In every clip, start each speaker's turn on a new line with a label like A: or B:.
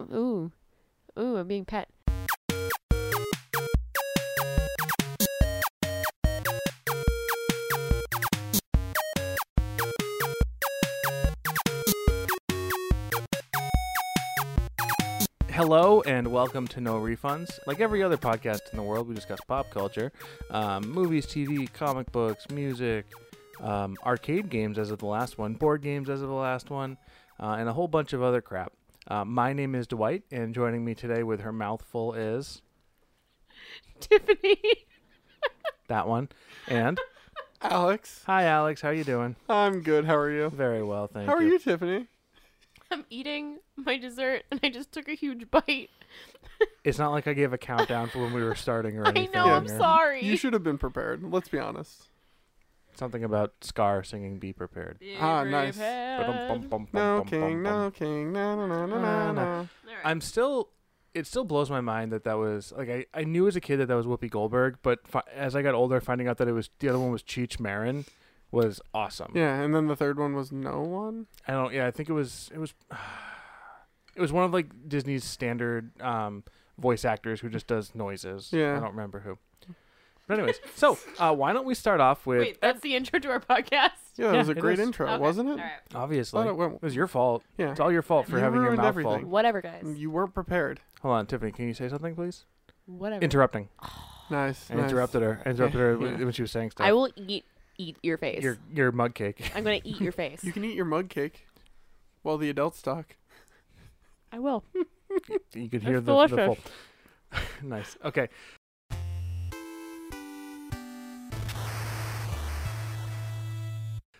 A: Ooh, ooh, I'm being pet.
B: Hello and welcome to No Refunds. Like every other podcast in the world, we discuss pop culture, um, movies, TV, comic books, music, um, arcade games as of the last one, board games as of the last one, uh, and a whole bunch of other crap. Uh, my name is Dwight, and joining me today with her mouth full is
A: Tiffany.
B: that one. And
C: Alex,
B: hi, Alex. How you doing?
C: I'm good. How are you?
B: Very well, thank
C: How are
B: you.
C: you, Tiffany?
A: I'm eating my dessert and I just took a huge bite.
B: It's not like I gave a countdown for when we were starting or
A: I
B: anything.
A: know, I'm
B: or
A: sorry.
C: You should have been prepared. Let's be honest.
B: Something about Scar singing "Be Prepared."
C: Ah, nice.
A: All
C: No king, no king, no no no no no
B: No,
C: no.
A: right.
B: I'm still. It still blows my mind that that was like I, I knew as a kid that that was Whoopi Goldberg, but fi- as I got older, finding out that it was the other one was Cheech Marin was awesome.
C: Yeah, and then the third one was no one.
B: I don't. Yeah, I think it was it was it was one of like Disney's standard um, voice actors who just does noises.
C: Yeah.
B: I don't remember who. But anyways, so uh, why don't we start off with
A: Wait, that's the intro to our podcast.
C: Yeah,
B: Yeah,
C: that was a
B: it
C: great
B: is.
C: intro,
A: Okay,
C: wasn't
A: all
C: it?
A: right.
B: obviously
C: Thought it
B: it
C: went-
B: was your fault.
C: Yeah,
B: It's all your fault for
C: You
B: having your
C: ruined
B: mouth
C: everything.
B: full.
A: Whatever, guys.
C: Mm, you were prepared.
B: Hold on, Tiffany, can you say something, please?
A: Whatever.
B: Interrupting.
C: Nice.
B: I
C: nice.
B: interrupted her. I interrupted her w- when she was saying stuff.
A: I will eat eat your face.
B: your your mug cake.
A: I'm gonna eat your face.
C: You can eat your mug cake while the adults talk.
A: I will.
B: You could
A: That's
B: hear the, the full.
A: delicious.
B: nice. Okay.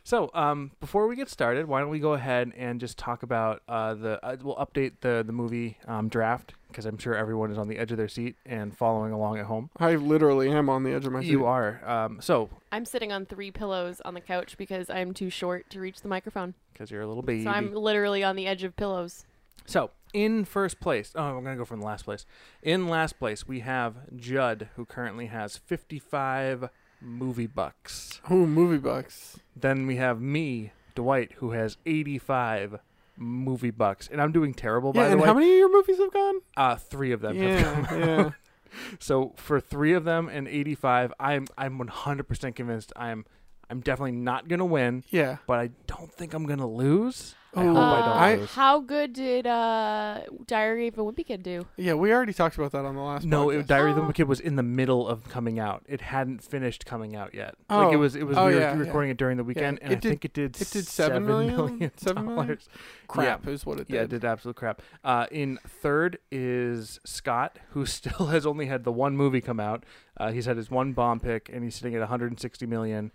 B: So, um, before we get started, why don't we go ahead and just talk about uh, the? Uh, we'll update the the movie um, draft because I'm sure everyone is on the edge of their seat and following along at home.
C: I literally am on the edge of my seat.
B: You are. Um, so,
A: I'm sitting on three pillows on the couch because I'm too short to reach the microphone.
B: because you're a little baby.
A: So I'm literally on the edge of pillows.
B: So in first place, oh, I'm gonna go from last place. In last place, we have Judd, who currently has 55 movie bucks.
C: Oh, movie bucks.
B: Then we have me, Dwight, who has 85 movie bucks, and I'm doing terrible Oh, by
C: yeah,
B: the
C: and
B: way.
C: how many of your movies have gone?
B: uh, three of them. Have come.
C: Yeah, yeah.
B: So for three of them and 85, I'm I'm 100% convinced I'm I'm definitely not gonna win,
C: Yeah.
B: but I don't think I'm gonna lose. I
C: Oh,
B: hope I
A: Uh,
B: don't
C: I-
B: lose.
A: How good did uh, Diary of a Wimpy Kid do?
C: Yeah, we already talked about that on the last
B: No,
C: podcast.
B: it, Diary of the
A: Oh.
B: Wimpy Kid was in the middle of coming out. It hadn't finished coming out yet.
C: Oh.
B: Like it was, it was.
C: Oh,
B: we were
C: yeah, yeah.
B: recording it during the weekend, and
C: It
B: I
C: did-
B: think it did.
C: it did seven million? Seven million?
B: dollars.
C: crap is what it did.
B: Yeah, it did absolute crap. Uh, in third is Scott, who still has only had the one movie come out. Uh, he's had his one bomb pick, and he's sitting at 160 million.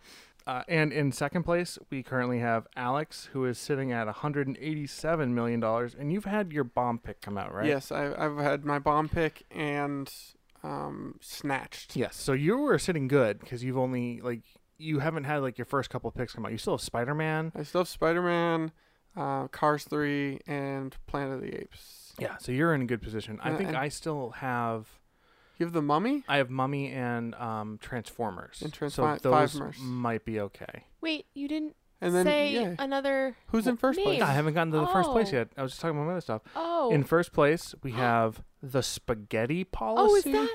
B: Uh, and in second place, we currently have Alex, who is sitting at 187 million dollars. And you've had your bomb pick come out, right?
C: Yes, I, I've had my bomb pick and um, snatched.
B: Yes. So you were sitting good because you've only like you haven't had like your first couple picks come out. You still have Spider Man.
C: I still have Spider Man, uh, Cars 3, and Planet of the Apes.
B: Yeah. So you're in a good position. I
C: Yeah,
B: think
C: and-
B: I still have.
C: You have The Mummy?
B: I have Mummy and um, Transformers.
C: And
B: so
C: Transfi-
B: those
C: Fivemers.
B: might be okay.
A: Wait, you didn't
C: And then,
A: say
C: yeah.
A: another.
C: Who's in first
A: me.
C: place?
B: Yeah, I haven't gotten to the first place
A: Oh.
B: yet. I was just talking about my other stuff.
A: Oh.
B: In first place, we have the Spaghetti Policy.
A: oh, is that?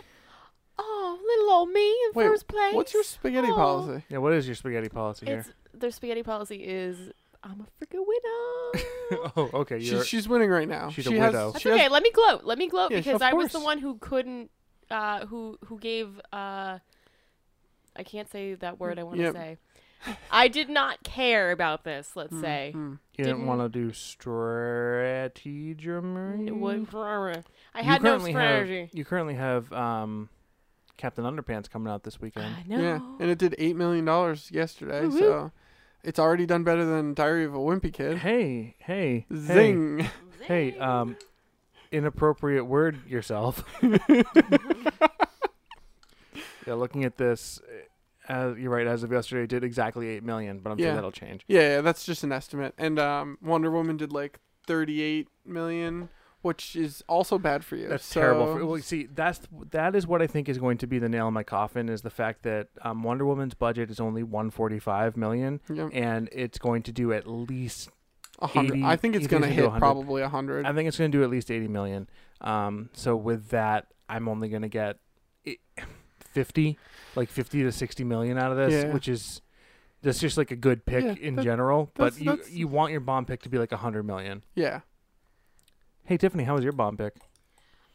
A: Oh, little old me in
C: Wait,
A: first place.
C: What's your spaghetti
A: Oh.
C: policy?
B: Yeah. What is your Spaghetti Policy here?
A: It's their spaghetti policy is I'm a freaking widow.
B: oh, okay.
C: She,
B: You're,
C: she's winning right now.
B: she's a
C: she has,
B: widow.
A: That's
C: She
A: okay.
C: has,
A: let me gloat. Let me gloat
C: Yeah,
A: because
C: of
A: I was the
C: course.
A: one who couldn't, uh, who who gave. Uh, I can't say that word. I want to
C: Yep.
A: say. I did not care about this. Let's say.
C: Mm.
B: you didn't
A: didn't-
B: want to do strategy.
A: It
C: Hmm.
A: would- I
B: You
A: had no
B: currently have-
A: strategy.
B: You currently have um, Captain Underpants coming out this weekend.
A: I know.
C: Yeah, and it did $8 million yesterday,
A: Woo-hoo.
C: so it's already done better than Diary of a Wimpy Kid.
B: Hey, hey, hey,
C: Zing.
B: hey, um, inappropriate word yourself. yeah, looking at this, uh, you're right. As of yesterday, it did exactly eight million, but I'm sure
C: Yeah.
B: that'll change.
C: Yeah, yeah, that's just an estimate. And um, Wonder Woman did like 38 million, which is also bad for you.
B: That's
C: So-
B: terrible. For, well, see, that's that is what I think is going to be the nail in my coffin is the fact that um,
C: Mm.
B: Wonder Woman's budget is only 145 million,
C: Yeah.
B: and it's going to do at least
C: A hundred.
B: 80
C: I think it's
B: you think
C: gonna
B: it's gonna go
C: hit
B: 100?
C: probably a hundred.
B: I think it's going to do at least 80 million. Um, so with that, I'm only going to get i- 50, like 50 to 60 million out of this,
C: Yeah.
B: which is that's just like a good pick
C: Yeah,
B: in
C: that-
B: general. But
C: that's-
B: you
C: that's-
B: you want your bomb pick to be like 100 million.
C: Yeah.
B: Hey Tiffany, how was your bomb pick?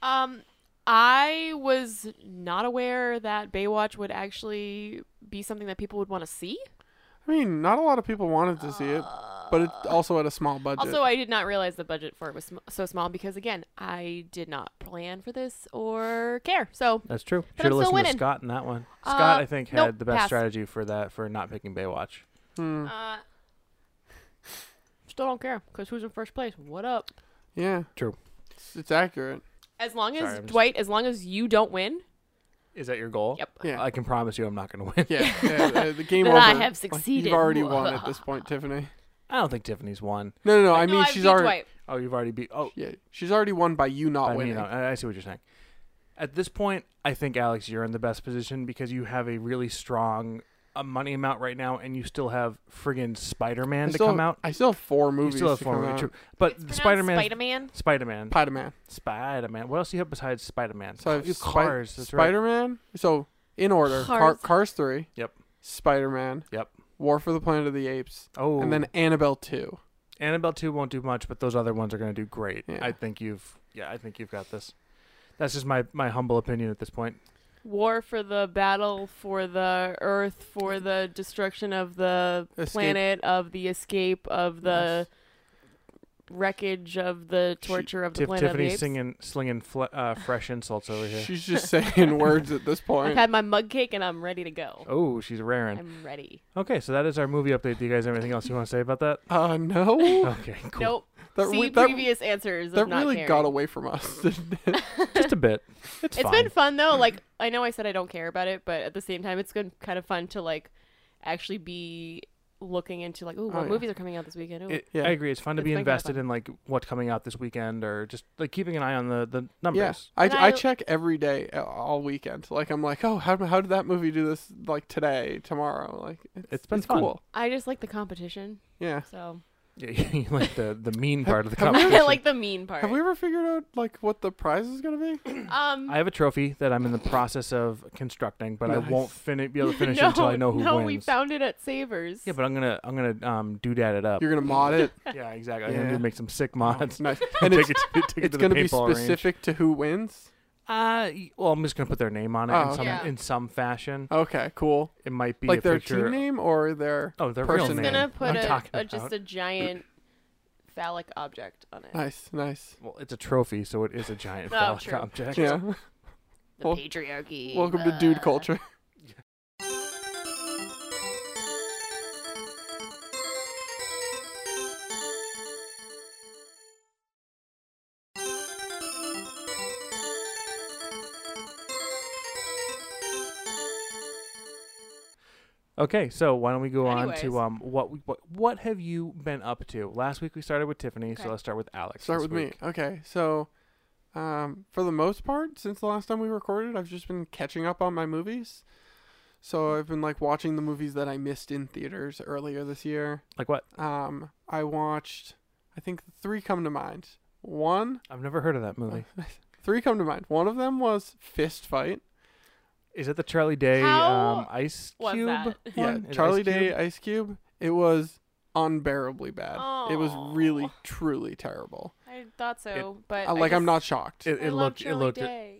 A: Um, I was not aware that Baywatch would actually be something that people would want to see.
C: I mean, not a lot of people wanted to see it, but it's also at a small budget.
A: Uh, Also, I did not realize the budget for it was sm- so small because, again, I did not plan for this or care. So,
B: That's true.
A: But
B: Should have
A: I'm still
B: listened to
A: winning.
B: Scott in that one. Scott,
A: Uh,
B: I think, had
A: nope,
B: the best
A: pass.
B: strategy for that for not picking Baywatch.
C: Hmm.
A: uh, still don't care because who's in first place? What up?
C: yeah.
B: True.
C: It's, it's accurate.
A: As long as
B: Sorry, I'm just-
A: Dwight, as long as you don't win,
B: Is that your goal?
A: yep.
C: Yeah.
B: I can promise you, I'm not going to win.
C: yeah. yeah, the- the game
A: Then
C: over.
A: I have
C: Like,
A: succeeded.
C: you've already won at this point, Tiffany.
B: I don't think Tiffany's won.
C: No, no, no. I mean,
A: no,
C: she's
A: beat
C: already.
A: Dwight.
B: Oh, you've already beat. Oh,
C: Yeah, she's already won by you not
B: I mean,
C: winning.
B: uh, I I see what you're saying. At this point, I think Alex, you're in the best position because you have a really strong uh, money amount right now, and you still have friggin'
C: I
B: Spider-Man to
C: still,
B: come out.
C: I still have four movies.
B: you still have
C: to
B: four
C: come
B: movies,
C: out.
B: true. But
A: It's
B: the
A: pronounced
B: Spider-Man,
A: Spider-Man.
B: Spider-Man,
C: Spider-Man.
B: Spider-Man. What else do you have besides Spider-Man?
C: So I have
B: you have
C: Spi-
B: cars. that's right.
C: Spider-Man. So in order, Car-
A: Cars.
C: Cars three.
B: Yep.
C: Spider-Man.
B: Yep.
C: War for the Planet of the Apes,
B: Oh,
C: and then Annabelle two.
B: Annabelle two won't do much, but those other ones are going to do great.
C: Yeah.
B: I think you've, yeah, I think you've got this. That's just my my humble opinion at this point.
A: War for the battle for the Earth, for the destruction of the
C: Escape.
A: planet, of the escape of the wreckage of the
C: She-
A: torture of the
B: Tiff-
A: planet of the
B: Tiffany's
A: apes.
B: singing, slinging fle- uh, fresh insults over here.
C: She's just saying words at this
A: I've
C: point.
A: had my mug cake and I'm ready to go.
B: Oh, she's raring.
A: I'm ready.
B: Okay, so that is our movie update. Do you guys have anything else you want to say about that?
C: Uh, no.
B: Okay, cool.
A: Nope.
C: That,
A: See
C: we- that,
A: previous answers. of
C: that
A: not
C: really
A: caring.
C: got away from us.
B: Just a bit. It's
A: It's
B: fine.
A: been fun though. Like I know I said I don't care about it, but at the same time, it's been kind of fun to like actually be looking into like, ooh, what
C: yeah.
A: movies are coming out this weekend? Ooh.
B: It-
C: Yeah.
B: I agree. It's fun to
A: It's
B: be
A: been kinda
B: invested
A: fun.
B: in like what's coming out this weekend, or just like keeping an eye on the the
C: yeah,
B: numbers.
C: I,
A: And
C: I
A: I-
C: check every day, uh, all weekend. Like I'm like, oh, how, how did that movie do this? Like today, tomorrow. Like it's,
B: It's been
C: it's
B: fun.
C: cool.
A: I just like the competition,
C: Yeah.
A: so
B: Yeah, you like the the mean part of the
C: have we-
B: competition.
A: I like the mean part.
C: Have we ever figured out like what the prize is gonna be?
A: um,
B: I have a trophy that I'm in the process of constructing, but I
C: Nice.
B: won't fini- be able to finish
A: no,
B: it until I know who
A: no,
B: wins.
A: we found it at Savers.
B: yeah, but I'm gonna I'm gonna um do that it up.
C: You're gonna mod it.
B: yeah, exactly. I'm gonna
C: Yeah.
B: do, make some sick mods.
C: nice.
B: and
C: And
B: take
C: it's,
B: it to, take it
C: it's
B: to the
C: gonna be
B: paintball range.
C: specific to who wins.
B: Uh, y- well, I'm just gonna put their name on it
C: Oh,
B: in some
A: okay.
B: in some fashion.
C: Okay, cool.
B: It might be
C: like
B: a
C: their
B: picture.
C: team name or their
B: Oh, their
A: we're
B: real
A: just
C: person
B: name.
A: gonna put
B: I'm
A: a,
B: talking
A: a
B: about.
A: just a giant phallic object on it.
C: nice, nice.
B: Well, it's a trophy, so it is a giant
A: Oh,
B: phallic
A: true.
B: object.
C: Yeah.
A: the
C: well,
A: patriarchy.
C: Welcome to dude
A: uh,
C: culture.
B: Okay, so why don't we go on
A: Anyways.
B: to um what we, what what have you been up to? Last week we started with Tiffany, so
A: Okay.
B: let's start with Alex.
C: Start
B: this
C: with me.
B: week.
C: Okay, so um, for the most part, since the last time we recorded, I've just been catching up on my movies. So I've been like watching the movies that I missed in theaters earlier this year.
B: Like what?
C: Um, I watched, I think three come to mind. One,
B: I've never heard of that movie.
A: Oh.
C: three come to mind. One of them was Fist Fight.
B: Is it the Charlie Day
A: How
B: um Ice
A: was
B: Cube?
A: that?
C: Yeah,
B: one? Is
C: Charlie
B: Ice
C: Day,
B: Cube-
C: Ice Cube. It was unbearably bad. It was really,
A: Aw.
C: truly terrible.
A: I thought so, but
C: Uh,
A: I
C: like I'm
A: just-
C: not shocked.
B: It,
A: I
B: it
A: love
B: looked it
A: Shirley
B: looked
A: Day.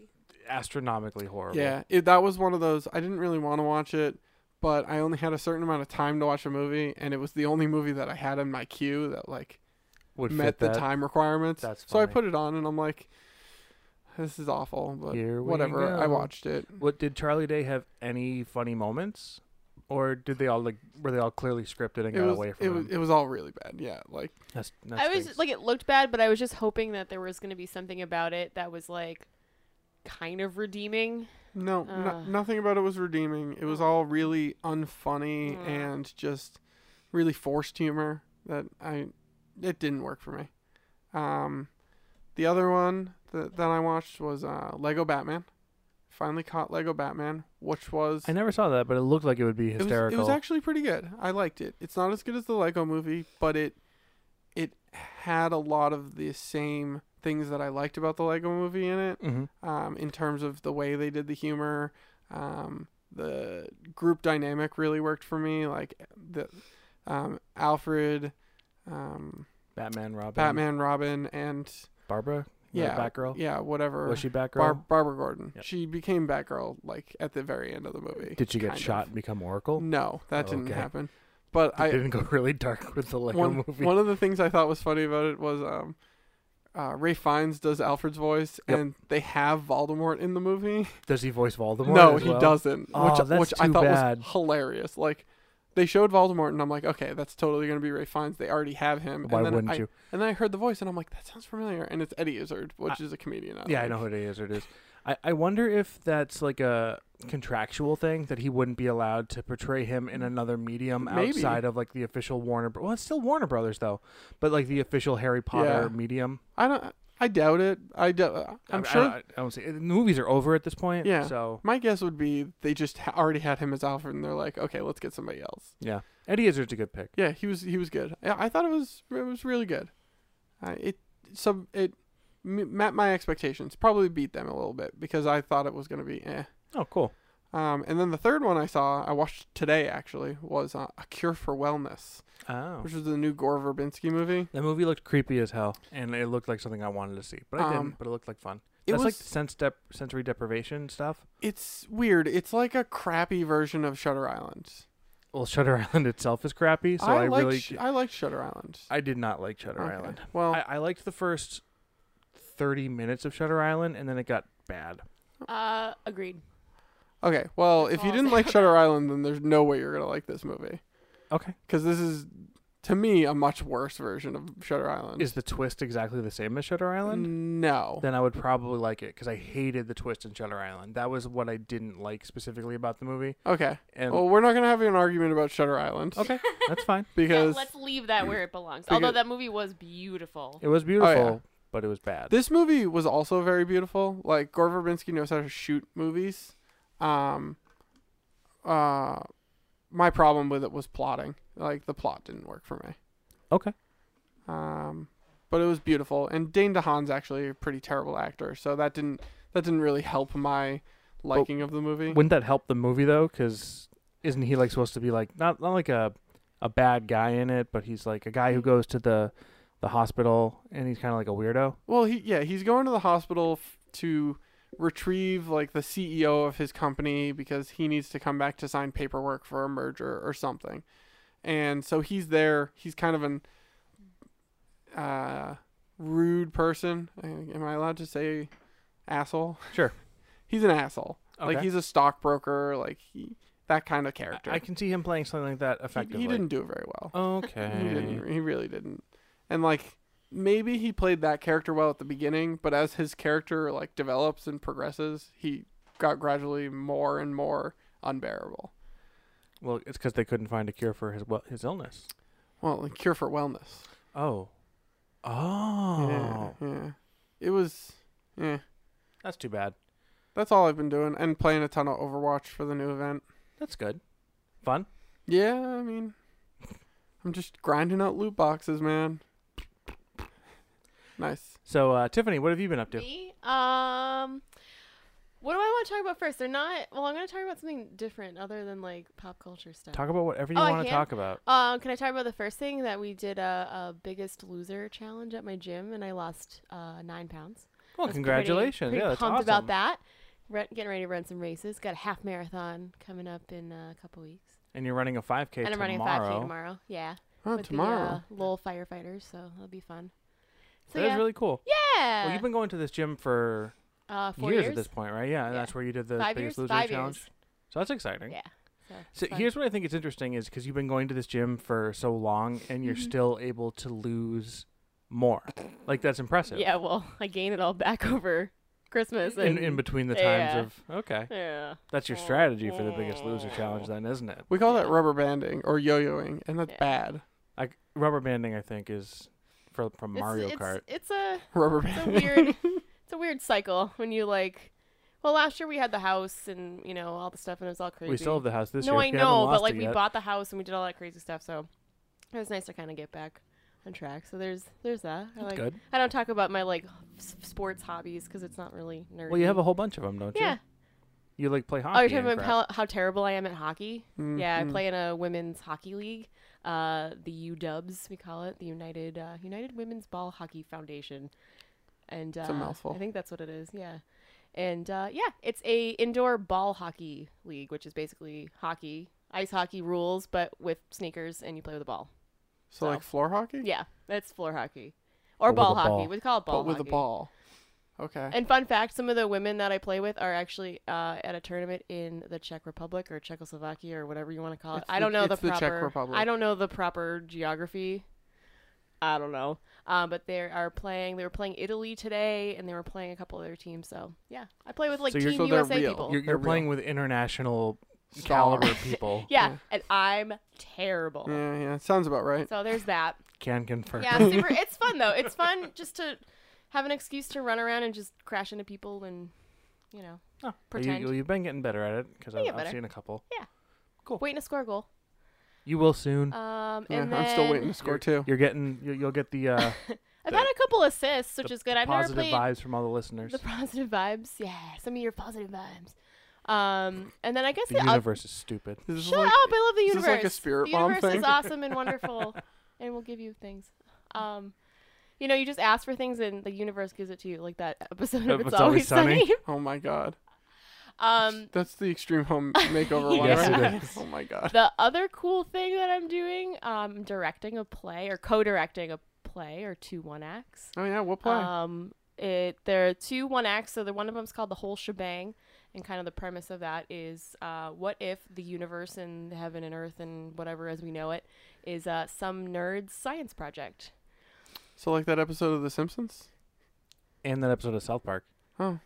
B: astronomically horrible.
C: Yeah, it, that was one of those. I didn't really want to watch it, but I only had a certain amount of time to watch a movie, and it was the only movie that I had in my queue that like
B: would fit
C: met the
B: that.
C: time requirements.
B: That's
C: so I
B: funny.
C: put it on, and I'm like, this is awful, but
B: Here we
C: whatever. I
B: go.
C: watched it.
B: What did Charlie Day have any funny moments, or did they all like were they all clearly scripted and
C: It
B: got
C: was,
B: away from
C: it
B: him?
C: was it was all really bad. Yeah, like
B: That's, that's
A: I was like, it looked bad, but I was just hoping that there was going to be something about it that was like kind of redeeming. Ugh.
C: no, no nothing about it was redeeming. It was all really unfunny
A: Mm.
C: and just really forced humor that I it didn't work for me. Um, the other one that, that I watched was uh, Lego Batman. Finally caught Lego Batman, which was
B: I never saw that, but it looked like it would be
C: it was,
B: hysterical.
C: it was actually pretty good. I liked it. It's not as good as the Lego Movie, but it it had a lot of the same things that I liked about the Lego movie in it
B: Mm-hmm.
C: um, in terms of the way they did the humor. Um, the group dynamic really worked for me. Like the um, Alfred, um,
B: Batman, Robin,
C: Batman, Robin, and
B: Barbara. Was it
C: Yeah.
B: Batgirl.
C: yeah, whatever.
B: Oh. Was she Batgirl?
C: Bar- Barbara Gordon.
B: Yep.
C: She became Batgirl like at the very end of the movie.
B: Did she get
C: kind of.
B: shot and become Oracle?
C: No, that
B: Oh,
C: didn't
B: okay.
C: happen. But
B: It
C: I
B: didn't go really dark with the Lego
C: one,
B: movie.
C: one of the things I thought was funny about it was um, uh, Ray Fiennes does Alfred's voice,
B: Yep.
C: and they have Voldemort in the movie.
B: Does he voice Voldemort?
C: no,
B: as
C: he
B: well?
C: doesn't.
B: Oh,
C: which
B: that's
C: which I
B: too
C: thought
B: bad.
C: was hilarious. Like they showed Voldemort, and I'm like, okay, that's totally gonna be Ray Fiennes. They already have him.
B: Why
C: and then
B: wouldn't
C: I,
B: you?
C: And then I heard the voice, and I'm like, that sounds familiar. And it's Eddie Izzard, which is a comedian.
B: Yeah, I know who it is. Or it is. I, I wonder if that's like a contractual thing that he wouldn't be allowed to portray him in another medium
C: Maybe.
B: outside of like the official Warner. Bro- Well, it's still Warner Brothers though, but like the official Harry Potter
C: Yeah.
B: medium.
C: I don't. I doubt it. I doubt.
B: I-
C: I'm
B: I-
C: sure.
B: I, don't see. The movies are over at this point.
C: Yeah.
B: So
C: my guess would be they just ha- already had him as Alfred, and they're like, okay, let's get somebody else.
B: yeah, Eddie Izzard's a good pick.
C: Yeah, he was he was good. Yeah, I thought it was it was really good. Uh, it sub it m- met my expectations. Probably beat them a little bit because I thought it was gonna be eh.
B: Oh, cool.
C: Um, and then the third one I saw, I watched today actually, was uh, A Cure for Wellness,
B: Oh.
C: which was the new Gore Verbinski movie.
B: That movie looked creepy as hell, and it looked like something I wanted to see, but I
C: Um,
B: didn't. But it looked like fun.
C: It
B: That's
C: was
B: like sense dep- sensory deprivation stuff.
C: it's weird. It's like a crappy version of Shutter Island.
B: Well, Shutter Island itself is crappy, so I,
C: I, like
B: really
C: sh- I like Shutter Island.
B: I did not like Shutter
C: Okay.
B: Island.
C: Well,
B: I, I liked the first thirty minutes of Shutter Island, and then it got bad.
C: Oh.
A: Uh, agreed.
C: okay. Well, if
A: all
C: you
A: I'll
C: didn't
A: say
C: like
A: about
C: Shutter Island, then there's no way you're gonna like this movie
B: Okay,
C: because this is, to me, a much worse version of Shutter Island.
B: is the twist exactly the same as Shutter Island?
C: No.
B: Then I would probably like it because I hated the twist in Shutter Island. That was what I didn't like specifically about the movie.
C: Okay.
B: And
C: Well, we're not gonna have an argument about Shutter Island
B: okay, that's fine.
C: Oh,
A: Yeah,
C: because
A: let's leave that where it belongs. Although
C: Because-
A: that movie was beautiful.
B: It was beautiful, but it was bad.
C: This movie was also very beautiful. Like Gore Verbinski knows how to shoot movies. Um, uh, my problem with it was plotting. Like the plot didn't work for me.
B: okay,
C: Um, but it was beautiful. And Dane DeHaan's actually a pretty terrible actor, so that didn't that didn't really help my liking of the movie.
B: wouldn't that help the movie though? Because isn't he like supposed to be like not not like a a bad guy in it, but he's like a guy who goes to the the hospital and he's kind of like a weirdo.
C: Well, he yeah, he's going to the hospital f- to retrieve like the CEO of his company because he needs to come back to sign paperwork for a merger or something. And so he's there. He's kind of an uh, rude person. Uh, Am I allowed to say asshole?
B: Sure.
C: he's an asshole. Like
B: Okay.
C: he's a stockbroker. Like he that kind of
B: I-
C: character.
B: I can see him playing something like that
C: He-
B: effectively.
C: he, didn't do it very well. He
B: Okay.
C: didn't. He really didn't. And like maybe he played that character well at the beginning, but as his character like develops and progresses, he got gradually more and more unbearable.
B: well, it's because they couldn't find a cure for his well, his illness.
C: Well, the cure for wellness.
B: Oh. Oh.
C: Yeah, yeah. It was. Yeah.
B: That's too bad.
C: That's all I've been doing, and playing a ton of Overwatch for the new event.
B: That's good. Fun.
C: Yeah, I mean, I'm just grinding out loot boxes, man. Nice.
B: So, uh, Tiffany, what have you been up to?
A: Me? Um, what do I want to talk about first? They're not. Well, I'm going to talk about something different other than like pop culture stuff.
B: Talk about whatever you
A: Oh, I
B: want to
A: can?
B: talk about.
A: um, can I talk about the first thing that we did a, a biggest loser challenge at my gym, and I lost uh, nine pounds.
B: Well,
A: I was pretty-
B: congratulations.
A: pretty
B: yeah, that's
A: pumped
B: awesome.
A: about that. Re- getting ready to run some races. Got a half marathon coming up in uh, a couple weeks,
B: And you're running a 5K
A: and
B: tomorrow.
A: I'm running a 5K tomorrow. Yeah,
C: Oh,
A: with
C: tomorrow.
A: the uh, Lowell firefighters, so that'll be fun. So
B: That is
A: yeah,
B: really cool.
A: yeah.
B: Well, you've been going to this gym for
A: uh, four
B: years,
A: years,
B: at this point, right? Yeah, and
A: Yeah.
B: that's where you did the
A: five years,
B: biggest loser
A: five
B: challenge.
A: years.
B: So that's exciting.
A: Yeah. So,
B: So
A: fun.
B: here's what I think it's interesting is because you've been going to this gym for so long and
A: Mm-hmm.
B: you're still able to lose more. Like that's impressive.
A: Yeah, well, I gained it all back over Christmas
B: In,
A: and
B: in between the times
A: yeah.
B: of okay,
A: yeah.
B: that's your strategy for the biggest loser challenge, then, isn't it?
C: We call that
A: Yeah.
C: rubber banding or yo-yoing, and that's
A: Yeah.
C: bad.
B: Like rubber banding, I think is for, from
A: It's-
B: Mario
A: it's,
B: Kart.
A: It's a
C: Rubber
A: it's
C: band.
A: a weird it's a weird cycle when you like. Well, last year we had the house and you know all the stuff and it was all crazy.
B: We still have the house this
A: no,
B: year.
A: I
B: We haven't
A: know,
B: lost
A: but like
B: it
A: we
B: yet.
A: bought the house and we did all that crazy stuff, so it was nice to kind of get back on track. So there's there's that. I like
B: Good.
A: I don't talk about my like s- sports hobbies because it's not really nerdy.
B: Well, you have a whole bunch of them, don't you?
A: yeah.
B: You like play hockey.
A: Oh, you're talking
B: and
A: about
B: crap.
A: how, how terrible I am at hockey.
B: Mm-hmm.
A: Yeah, I
C: Mhm.
A: play in a women's hockey league, uh, the U Dubs we call it, the United uh, United Women's Ball Hockey Foundation, and uh,
C: a mouthful.
A: I think that's what it is. Yeah, and uh, yeah, it's a indoor ball hockey league, which is basically hockey, ice hockey rules, but with sneakers and you play with a ball.
C: So like floor hockey?
A: Yeah, that's floor hockey or
B: But with
A: ball
B: a
A: hockey.
B: ball.
A: We call it
C: But
A: ball
C: with
A: hockey.
C: a ball. Okay.
A: And fun fact: some of the women that I play with are actually uh, at a tournament in the Czech Republic or Czechoslovakia or whatever you want to call it.
C: It's
A: I
C: the-
A: don't know the
C: it's the Czech
A: proper.
C: Republic.
A: I don't know the proper geography. I don't know. Um, but they are playing. They were playing Italy today, and they were playing a couple other teams. So yeah, I play with like
C: So you're-
A: Team
C: so they're
A: USA
C: real.
A: people.
B: You're,
C: They're
B: you're
C: real.
B: playing with international
C: Star.
B: caliber people.
A: yeah,
C: Yeah.
A: and I'm terrible.
C: Yeah, yeah. Sounds about right.
A: So there's that.
B: Can confirm.
A: Yeah, I'm super. it's fun though. It's fun just to have an excuse to run around and just crash into people and you know
B: Oh, well,
A: pretend.
B: You, have been getting better at it because
A: I
B: I've,
A: get
B: I've
A: better.
B: seen a couple.
A: waiting to score a goal.
B: You will soon.
A: Um,
C: Yeah,
A: and then
C: I'm still waiting to score too.
B: You're getting. You, you'll get the uh,
A: I've
B: the-
A: had a couple assists, which
B: the
A: is good. I've never
B: positive
A: played
B: vibes from all the listeners.
A: the positive vibes. Yeah, some of your positive vibes. Um, and then I guess
B: The,
A: the other
B: universe is stupid.
C: This is
A: shut
C: like-
A: up. I love the
C: is
A: universe.
C: this like a spirit
A: the
C: bomb
A: universe
C: thing?
A: is awesome and wonderful, and will give you things. Um, you know, you just ask for things, and the universe gives it to you, like that episode of
B: Of
A: It's, Always Sunny.
C: Oh my god.
A: um,
C: That's the extreme home makeover one,
B: Yes,
C: right?
B: it is.
C: Oh my god.
A: the other cool thing that I'm doing, um, directing a play or co-directing a play or two one acts.
C: Oh yeah, we'll play.
A: Um, it there are two one acts. So the one of them's called the whole shebang, and kind of the premise of that is, uh, what if the universe and heaven and earth and whatever as we know it is uh, some nerd's science project?
C: so like that episode of The Simpsons?
B: And that episode of South Park.
C: Oh.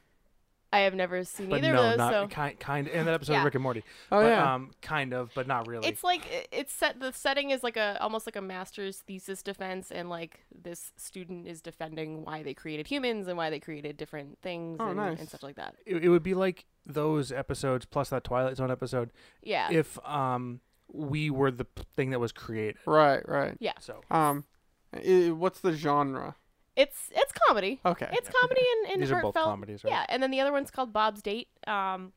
A: I have never seen
B: But
A: either
B: no,
A: of those.
B: not
A: so
B: kind. Kind. And that episode
A: Yeah.
B: of Rick and Morty.
C: Oh
B: but,
C: yeah.
B: Um, kind of, but not really.
A: it's like i- it's set. The setting is like a almost like a master's thesis defense, and like this student is defending why they created humans and why they created different things
C: Oh,
A: and,
C: nice.
A: and stuff like that.
B: it, it would be like those episodes plus that Twilight Zone episode
A: Yeah.
B: if um we were the p- thing that was created.
C: right, right.
B: So
C: Um i what's the genre?
A: it's it's comedy.
C: Okay.
A: It's comedy and, and
B: these are both
A: heartfelt.
B: comedies, right?
A: Yeah, and then the other one's called Bob's Date, um,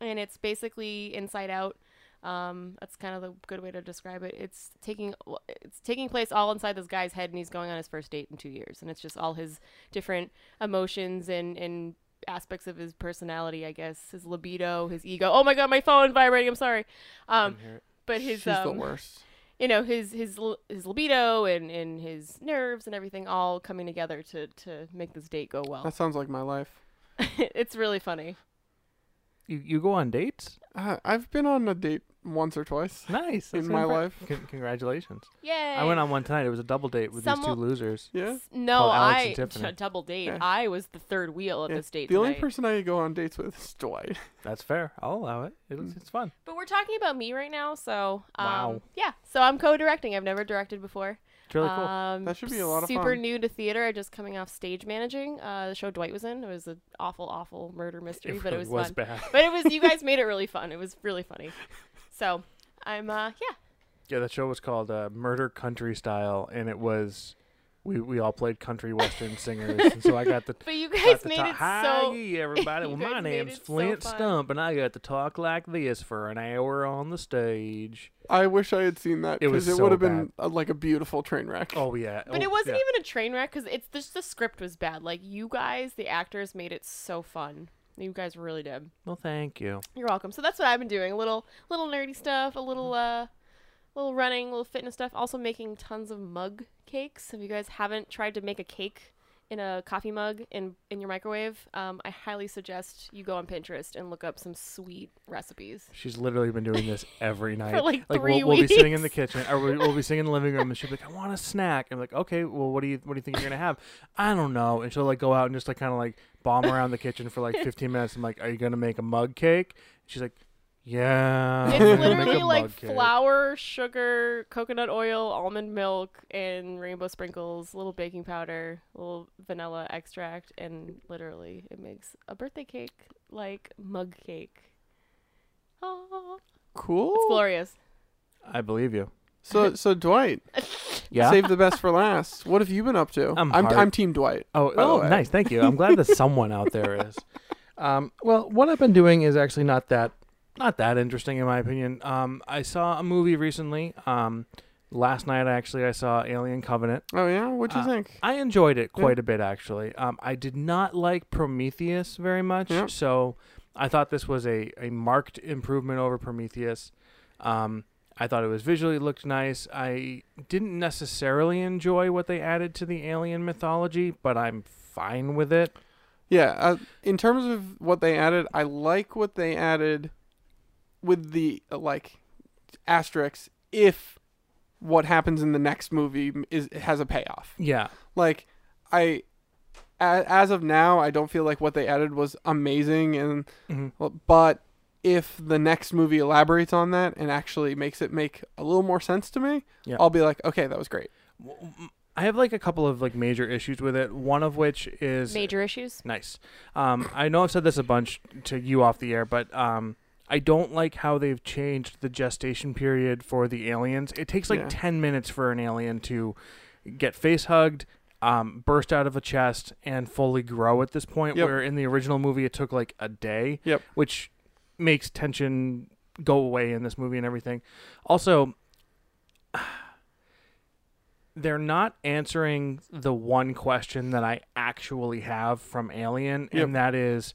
A: and it's basically Inside Out. Um, that's kind of the good way to describe it. It's taking it's taking place all inside this guy's head, and he's going on his first date in two years, and it's just all his different emotions and and aspects of his personality, I guess, his libido, his ego. Oh my god, my phone vibrating. I'm sorry. Um,
B: Didn't hear it.
A: but his
C: Mm-hmm. She's the
A: um,
C: worst.
A: you know his his l- his libido and and his nerves and everything all coming together to to make this date go well.
C: That sounds like my life.
A: it's really funny.
B: you you go on dates.
C: Uh, I've been on a date once or twice
B: Nice that's
C: in my
B: impre-
C: life.
B: Con- congratulations!
A: Yay!
B: I went on one tonight. It was a double date with these two
A: Someone-
B: losers.
C: Yeah.
A: No,
B: called Alex
A: I
B: and Tiffany.
A: a double date.
C: Yeah.
A: I was the third wheel at
C: yeah.
A: this date.
C: the only
A: tonight.
C: person I go on dates with is Dwight.
B: That's fair. I'll allow it. It was,
C: Mm.
B: it's fun.
A: but we're talking about me right now, so um,
B: Wow.
A: yeah. So I'm co-directing. I've never directed before.
B: It's really cool.
A: Um,
C: That should be a lot of
A: Super
C: fun.
A: new to theater. I just coming off stage managing uh, the show Dwight was in. It was an awful, awful murder mystery, but
B: really
A: it was, fun.
B: bad.
A: But it was you guys made it really fun. It was really funny. So I'm uh yeah.
B: Yeah, that show was called uh, Murder Country Style, and it was we we all played country western singers, and so I got the.
A: But you
B: got
A: guys
B: to
A: made
B: talk-
A: it
B: Hi, oh,
A: so.
B: everybody.
A: you
B: Well, my
A: guys made
B: name's
A: it so
B: Flint
A: fun.
B: Stump, and I got to talk like this for an hour on the stage.
C: I wish I had seen that
B: It was
C: because it,
B: so
C: would have been uh like a beautiful train wreck.
B: Oh yeah,
A: But
B: Oh,
A: it wasn't
B: yeah.
A: even a train wreck because it's just the script was bad. Like you guys, the actors made it so fun. You guys really did.
B: Well, thank you.
A: You're welcome. So that's what I've been doing. A little little nerdy stuff, a little
B: Mm-hmm.
A: uh little running, a little fitness stuff, also making tons of mug cakes. If you guys haven't tried to make a cake in a coffee mug in in your microwave, um, I highly suggest you go on Pinterest and look up some sweet recipes.
B: She's literally been doing this every night.
A: like,
B: we'll,
A: three
B: we'll be sitting in the
A: weeks.
B: kitchen, or we'll, we'll be sitting in the living room, and she'll be like, "I want a snack." I'm like, "Okay, well, what do you what do you think you're gonna have?" I don't know. And she'll like go out and just like kind of like bomb around the kitchen for like 15 minutes. I'm like, "Are you gonna make a mug cake?" She's like, "Yeah."
A: It's
B: I'm gonna make a
A: literally like
B: mug cake."
A: flour, sugar, coconut oil, almond milk, and rainbow sprinkles, a little baking powder, a little vanilla extract, and literally it makes a birthday cake like mug cake. Oh,
C: Cool.
A: it's glorious.
B: I believe you.
C: So so Dwight,
B: Yeah.
C: Save the best for last. What have you been up to?
B: I'm
C: I'm,
B: hard.
C: I'm Team Dwight.
B: Oh,
C: by the
B: oh
C: way.
B: nice. Thank you. I'm glad that someone out there is. Um, well, what I've been doing is actually not that not that interesting in my opinion. Um, I saw a movie recently. Um, last night actually I saw Alien Covenant.
C: Oh yeah, what'd you
B: Uh,
C: think?
B: I enjoyed it
C: Yeah.
B: quite a bit actually. Um, I did not like Prometheus very much,
C: Yeah.
B: so I thought this was a, a marked improvement over Prometheus. Um, I thought it was visually looked nice. I didn't necessarily enjoy what they added to the alien mythology, but I'm fine with it.
C: Yeah, uh, in terms of what they added, I like what they added with the uh, like asterisks if what happens in the next movie m- is has a payoff.
B: Yeah,
C: Like I a- as of now, I don't feel like what they added was amazing and
B: Mhm.
C: well, but if the next movie elaborates on that and actually makes it make a little more sense to me,
B: Yeah.
C: I'll be like, okay, that was great.
B: I have like a couple of like major issues with it. One of which is
A: Major issues.
B: Nice. Um, I know I've said this a bunch to you off the air, but um, I don't like how they've changed the gestation period for the aliens. It takes like
C: Yeah.
B: 10 minutes for an alien to get face hugged, um, burst out of a chest, and fully grow at this point,
C: Yep.
B: where in the original movie it took like a day,
C: Yep.
B: which makes tension go away in this movie and everything. Also, they're not answering the one question that I actually have from Alien,
C: Yep.
B: and that is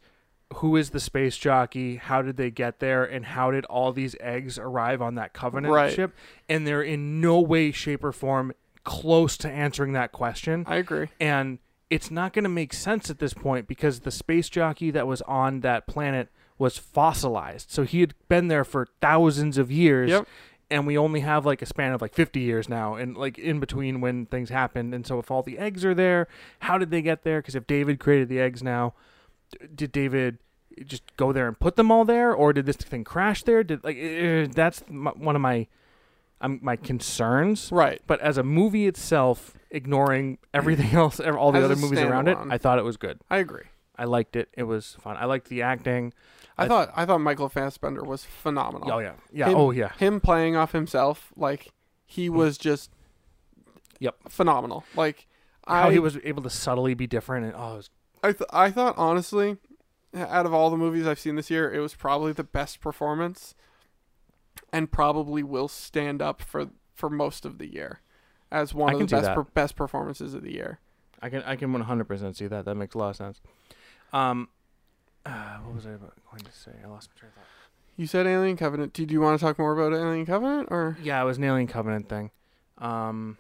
B: who is the space jockey? How did they get there? And how did all these eggs arrive on that Covenant
C: Right.
B: ship? And they're in no way, shape, or form close to answering that question
C: I agree.
B: and it's not going to make sense at this point because the space jockey that was on that planet was fossilized. So he had been there for thousands of years.
C: Yep.
B: And we only have like a span of like 50 years now, and like in between when things happened. And so, if all the eggs are there, how did they get there? Because if David created the eggs now, d- did David just go there and put them all there, or did this thing crash there? Did like eh, eh, that's my, one of my um, my concerns
C: Right.
B: but as a movie itself, ignoring everything else, ev- all the
C: Mm. As
B: other
C: a
B: movies around it,
C: standalone.
B: I thought it was good.
C: I agree.
B: I liked it. It was fun. I liked the acting.
C: I,
B: I-
C: thought I thought Michael Fassbender was phenomenal.
B: Oh yeah, yeah.
C: Him-
B: oh yeah.
C: Him playing off himself, like he was just
B: Mm-hmm. Yep.
C: phenomenal. Like
B: How
C: I
B: he was able to subtly be different, and oh, it was,
C: I th- I thought honestly, h- out of all the movies I've seen this year, it was probably the best performance, and probably will stand up for for most of the year, as one
B: I
C: of
B: can
C: the
B: see
C: best
B: that.
C: per- best performances of the year.
B: I can I can one hundred percent see that. That makes a lot of sense. Um, uh, what was I about going to say? I lost my train of thought.
C: You said Alien Covenant. Did you want to talk more about Alien Covenant or
B: Yeah, it was an Alien Covenant thing. Um.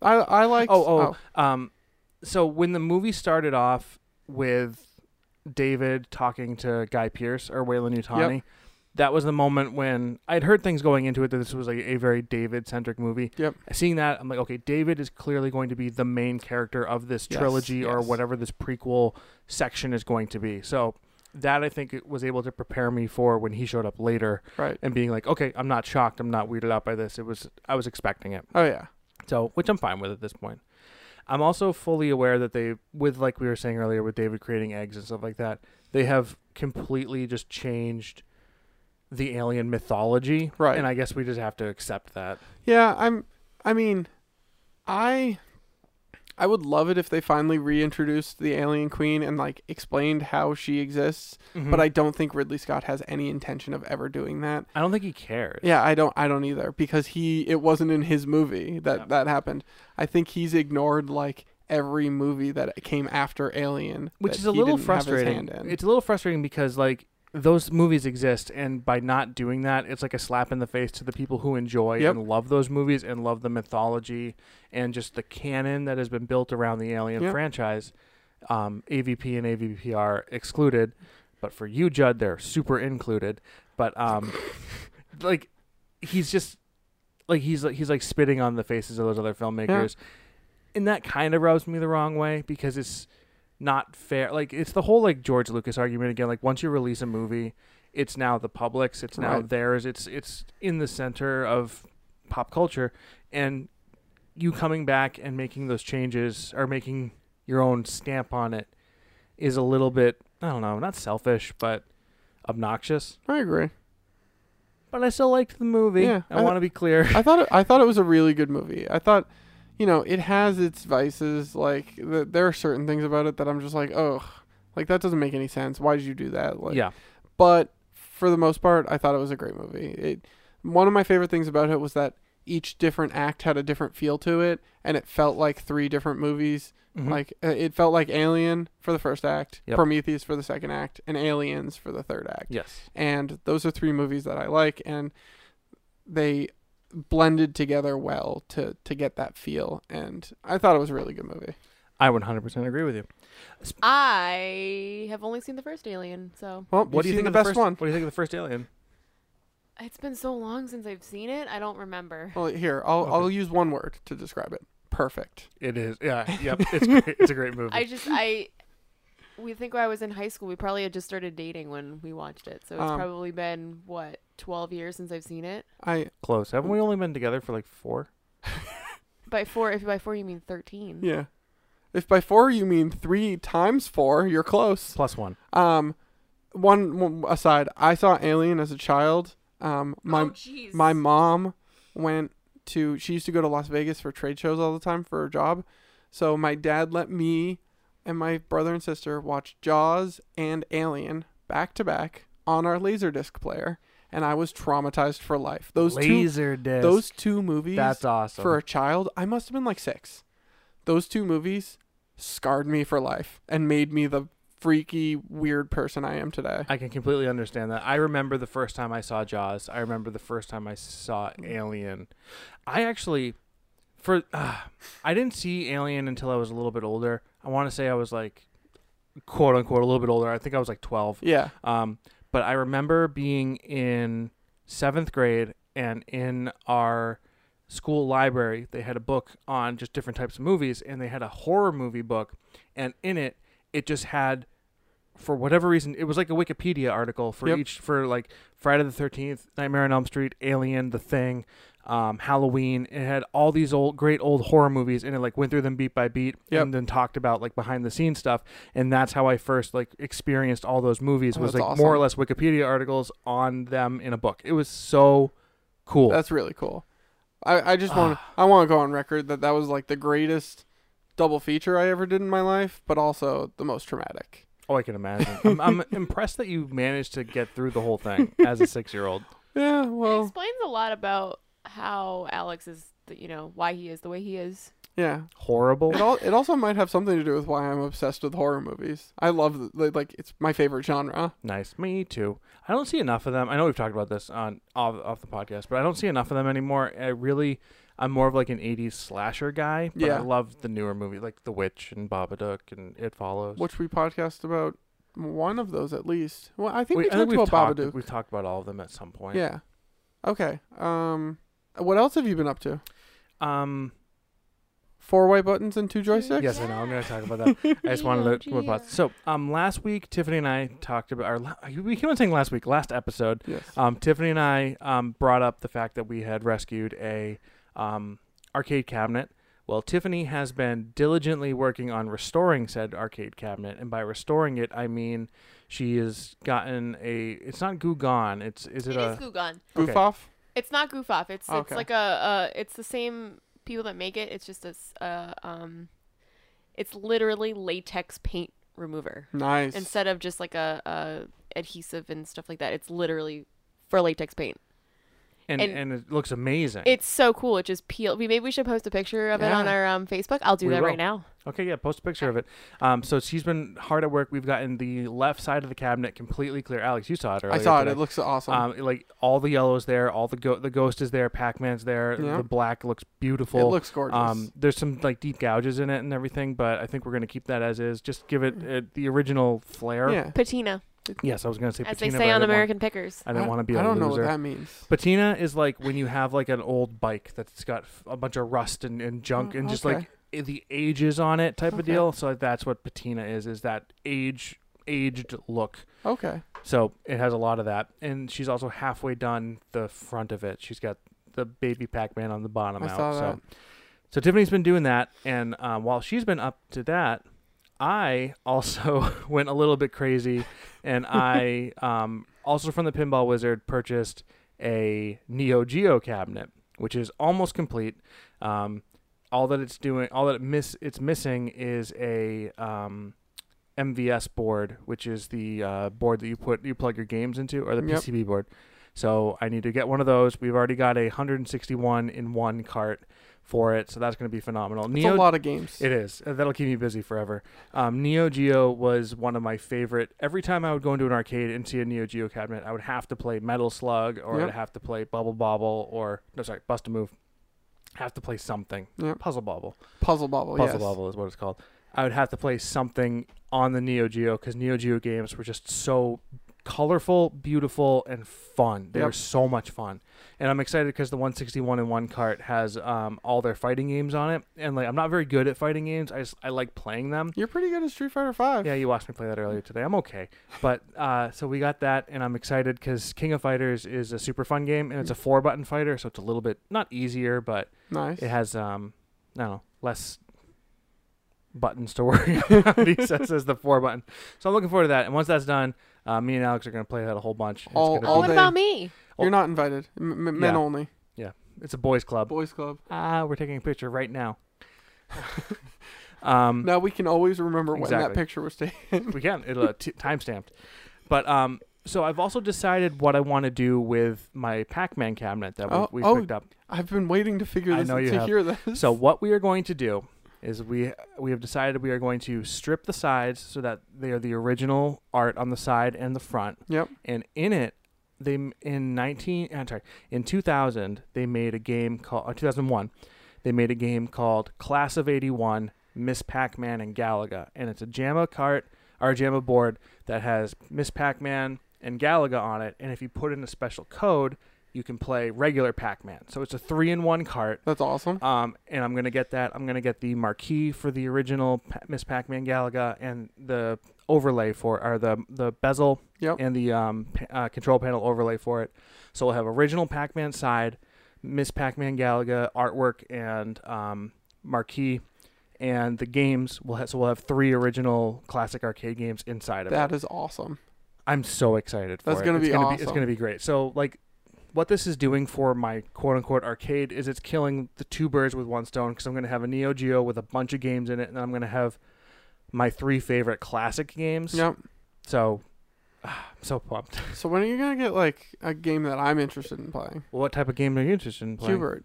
C: I I like
B: Oh, oh, Um, so when the movie started off with David talking to Guy Pierce or Waylon Utani, that was the moment when I'd heard things going into it that this was like a very David centric movie.
C: Yep.
B: Seeing that, I'm like, okay, David is clearly going to be the main character of this
C: Yes,
B: trilogy or
C: yes.
B: whatever this prequel section is going to be. So that I think it was able to prepare me for when he showed up later
C: right
B: and being like, okay, I'm not shocked, I'm not weirded out by this. It was I was expecting it.
C: oh yeah
B: So, which I'm fine with at this point. I'm also fully aware that they, with like we were saying earlier, with David creating eggs and stuff like that, they have completely just changed the alien mythology.
C: Right.
B: And I guess we just have to accept that.
C: Yeah, I'm I mean I I would love it if they finally reintroduced the alien queen and like explained how she exists, but
B: Mm-hmm.
C: I don't think Ridley Scott has any intention of ever doing that.
B: I don't think he cares.
C: Yeah, I don't I don't either because he it wasn't in his movie that
B: Yeah.
C: that happened. I think he's ignored like every movie that came after Alien,
B: Which
C: is
B: is a little frustrating. It's a little frustrating because like those movies exist, and by not doing that, it's like a slap in the face to the people who enjoy
C: Yep.
B: and love those movies and love the mythology and just the canon that has been built around the Alien
C: Yeah.
B: franchise. Um, AVP and AVP are excluded, but for you, Judd, they're super included. But um, like he's just like he's like he's like spitting on the faces of those other filmmakers and that kind of rubs me the wrong way because it's not fair like it's the whole like george lucas argument again like once you release a movie it's now the public's it's now
C: Right.
B: theirs it's it's in the center of pop culture and you coming back and making those changes or making your own stamp on it is a little bit i don't know not selfish but obnoxious
C: I agree.
B: but i still liked the movie
C: Yeah,
B: i,
C: I-
B: want to be clear
C: I thought it, I thought it was a really good movie. I thought you know, it has its vices. Like th- there are certain things about it that I'm just like, ugh, like that doesn't make any sense. Why did you do that? Like,
B: yeah.
C: but for the most part, I thought it was a great movie. It one of my favorite things about it was that each different act had a different feel to it, and it felt like three different movies.
B: Mhm.
C: Like uh, it felt like Alien for the first act,
B: Yep.
C: Prometheus for the second act, and Aliens for the third act.
B: yes.
C: And those are three movies that I like, and they blended together well to to get that feel. And I thought it was a really good movie.
B: I 100% agree with you.
A: I have only seen the first Alien, so
C: Well,
B: What do you think
C: the
B: of the
C: best
B: first,
C: one?
B: What do you think of the first Alien?
A: it's been so long since I've seen it. I don't remember.
C: Well, here I'll
B: Okay.
C: I'll use one word to describe it. Perfect.
B: It is. Yeah. Yep. It's great. It's a great movie.
A: I just I we think when I was in high school, we probably had just started dating when we watched it, so it's
C: Um,
A: probably been what twelve years since I've seen it.
C: I
B: Close. Haven't we only been together for like four?
A: By four, if by four you mean thirteen.
C: Yeah. If by four you mean three times four, you're close.
B: Plus one.
C: Um, one, one aside, I saw Alien as a child. Um, my
A: oh, jeez.
C: my mom went to she used to go to Las Vegas for trade shows all the time for her job, so my dad let me and my brother and sister watch Jaws and Alien back to back on our laserdisc player, and I was traumatized for life. Those
B: laser
C: two
B: disc.
C: those two movies
B: That's awesome.
C: for a child, I must have been like six. Those two movies scarred me for life and made me the freaky, weird person I am today.
B: I can completely understand that. I remember the first time I saw Jaws. I remember the first time I saw
C: Mm.
B: Alien. I actually, for uh, I didn't see Alien until I was a little bit older. I want to say I was like, quote unquote, a little bit older. I think I was like twelve.
C: Yeah.
B: Um, but I remember being in seventh grade and in our school library, they had a book on just different types of movies, and they had a horror movie book, and in it, it just had, for whatever reason, it was like a Wikipedia article for
C: Yep.
B: each for like Friday the Thirteenth, Nightmare on Elm Street, Alien, The Thing. Um, Halloween. It had all these old, great old horror movies, and it like went through them beat by beat,
C: Yep.
B: and then talked about like behind the scenes stuff. And that's how I first like experienced all those movies
C: Oh,
B: was
C: that's
B: like more or
C: awesome.
B: less Wikipedia articles on them in a book. It was so cool. Ah.
C: That's really cool. I, I just want I want to go on record that that was like the greatest double feature I ever did in my life, but also the most traumatic.
B: oh, I can imagine. I'm, I'm impressed that you managed to get through the whole thing as a six year old.
C: Yeah,
A: it
C: well,
A: explains a lot about how Alex is, the, you know, why he is the way he is.
C: yeah.
B: Horrible.
C: It all it also might have something to do with why I'm obsessed with horror movies. I love the, like- like it's my favorite genre.
B: Nice. Me too. I don't see enough of them. I know we've talked about this on off, off the podcast, but I don't see enough of them anymore. I really, I'm more of like an '80s slasher guy. But
C: Yeah.
B: I love the newer movie like The Witch and Babadook and It Follows.
C: Which we podcast about one of those at least. Well, I think
B: We-
C: we,
B: I think
C: talked
B: we've
C: about
B: talked,
C: Babadook.
B: We've talked about all of them at some point.
C: Yeah. Okay. Um, what else have you been up to?
B: Um.
C: Four white buttons and two joysticks.
B: Yes, I know. I'm going to talk about that. I just wanted to.
A: Yeah, yeah.
B: about- So, um, last week Tiffany and I talked about our. la- We keep on saying last week, last episode.
C: Yes.
B: Um, Tiffany and I um brought up the fact that we had rescued a um arcade cabinet. Well, Tiffany has been diligently working on restoring said arcade cabinet, and by restoring it, I mean she has gotten a. It's not Goo Gone. It's is it,
A: It
B: a
A: is Gugan.
C: Goof
B: okay.
C: off.
A: It's not Goof Off. It's it's
C: Okay.
A: like a uh, it's the same people that make it. It's just a s- uh, um, it's literally latex paint remover
C: Nice.
A: instead of just like a, a adhesive and stuff like that. It's literally for latex paint.
B: and,
A: and-
B: and it looks amazing.
A: It's so cool. It just peel. we- Maybe we should post a picture of it on
C: Yeah.
A: our um, Facebook. I'll do
B: We
A: that
B: will.
A: right now.
B: Okay, yeah, post a picture of it. Um, so she's been hard at work. We've gotten the left side of the cabinet completely clear. Alex, you saw it earlier.
C: I saw it.
B: today.
C: It looks awesome.
B: um, like all the yellows there, all the go- the ghost is there, Pac Man's there,
C: Yeah.
B: the black looks beautiful.
C: it looks gorgeous.
B: um, there's some like deep gouges in it and everything, but I think we're gonna keep that as is. Just give it uh, the original flair.
C: Mm-hmm. yeah.
A: Patina,
B: Yes, I was gonna say
A: as
B: patina,
A: they
B: but
A: say on
B: I didn't want-
A: American Pickers.
B: I don't want to be a
C: I don't
B: loser.
C: know what that means.
B: Patina is like when you have like an old bike that's got f- a bunch of rust and, and junk
C: Oh,
B: and just
C: okay.
B: like i- the ages on it type of
C: Okay.
B: deal. So that's what patina is, is that age aged look.
C: Oh, Okay.
B: So it has a lot of that. And she's also halfway done the front of it. She's got the baby Pac-Man on the bottom
C: I
B: out.
C: saw
B: so
C: that.
B: so Tiffany's been doing that, and um, while she's been up to that, I also went a little bit crazy, and I um, also from the Pinball Wizard purchased a Neo Geo cabinet, which is almost complete. Um, all that it's doing, all that it miss it's missing is a um, MVS board, which is the uh, board that you put you plug your games into, or the
C: Yep.
B: PCB board. So I need to get one of those. We've already got a 161 in one cart for it, so that's going to be phenomenal.
C: It's
B: Neo
C: a lot of games.
B: it is. Uh, That'll keep me busy forever. Um, Neo Geo was one of my favorite. Every time I would go into an arcade and see a Neo Geo cabinet, I would have to play Metal Slug or
C: Yep.
B: I'd have to play Bubble Bobble or, no, sorry, Bust a Move. Have to play something.
C: Yep.
B: Puzzle Bobble.
C: Puzzle Bobble.
B: Puzzle
C: yes.
B: Bobble is what it's called. I would have to play something on the Neo Geo because Neo Geo games were just so colorful, beautiful, and fun. They
C: Yep.
B: were so much fun, and I'm excited because the 161 in one cart has um, all their fighting games on it. And like, I'm not very good at fighting games. I just, I like playing them.
C: You're pretty good at Street Fighter Five.
B: Yeah, you watched me play that earlier today. I'm okay, but uh, so we got that, and I'm excited because King of Fighters is a super fun game, and it's
C: Mm.
B: a four button fighter, so it's a little bit not easier, but
C: Nice.
B: it has um I don't know, less buttons to worry about. he says is the four button. So I'm looking forward to that. And once that's done, uh, me and Alex are gonna play that a whole bunch. It's
C: All-
B: gonna
A: Oh,
C: all
A: what
B: be-
C: day.
A: about me?
C: You're not invited. M- m- men
B: Yeah.
C: only.
B: it's a boys club.
C: Boys Club.
B: Ah, we're taking a picture right now. um
C: Now we can always remember when
B: Exactly.
C: that picture was taken.
B: we can. It'll uh, t- time stamped. But um so I've also decided what I want to do with my Pac-Man cabinet that we,
C: Oh,
B: we
C: oh,
B: picked up.
C: I've been waiting to figure
B: I
C: this
B: know you
C: to
B: have.
C: hear this.
B: So what we are going to do is we we have decided we are going to strip the sides so that they are the original art on the side and the front.
C: Yep.
B: And in it, they m- in nineteen I'm sorry in two thousand they made a game called uh, two thousand one, they made a game called Class of eighty one Miss Pac Man and Galaga, and it's a Jamma cart or a Jamma board that has Miss Pac Man and Galaga on it, and if you put in a special code. You can play regular Pac-Man, so it's a three-in-one cart.
C: That's awesome.
B: Um, and I'm gonna get that. I'm gonna get the marquee for the original pa- Miss Pac-Man Galaga and the overlay for or the the bezel
C: Yep.
B: and the um, pa- uh, control panel overlay for it. So we'll have original Pac-Man side, Miss Pac-Man Galaga artwork and um, marquee, and the games. We'll have, so we'll have three original classic arcade games inside of it.
C: That is awesome.
B: I'm so excited for
C: That's
B: it.
C: gonna
B: it's
C: be
B: gonna Be, it's
C: awesome.
B: gonna be great. So like, what this is doing for my quote unquote arcade is it's killing the two birds with one stone because I'm gonna have a Neo Geo with a bunch of games in it, and I'm gonna have my three favorite classic games.
C: Yep.
B: So. ah, I'm so pumped.
C: So when are you gonna get like a game that I'm interested in playing?
B: What type of game are you interested in playing?
C: Cubert.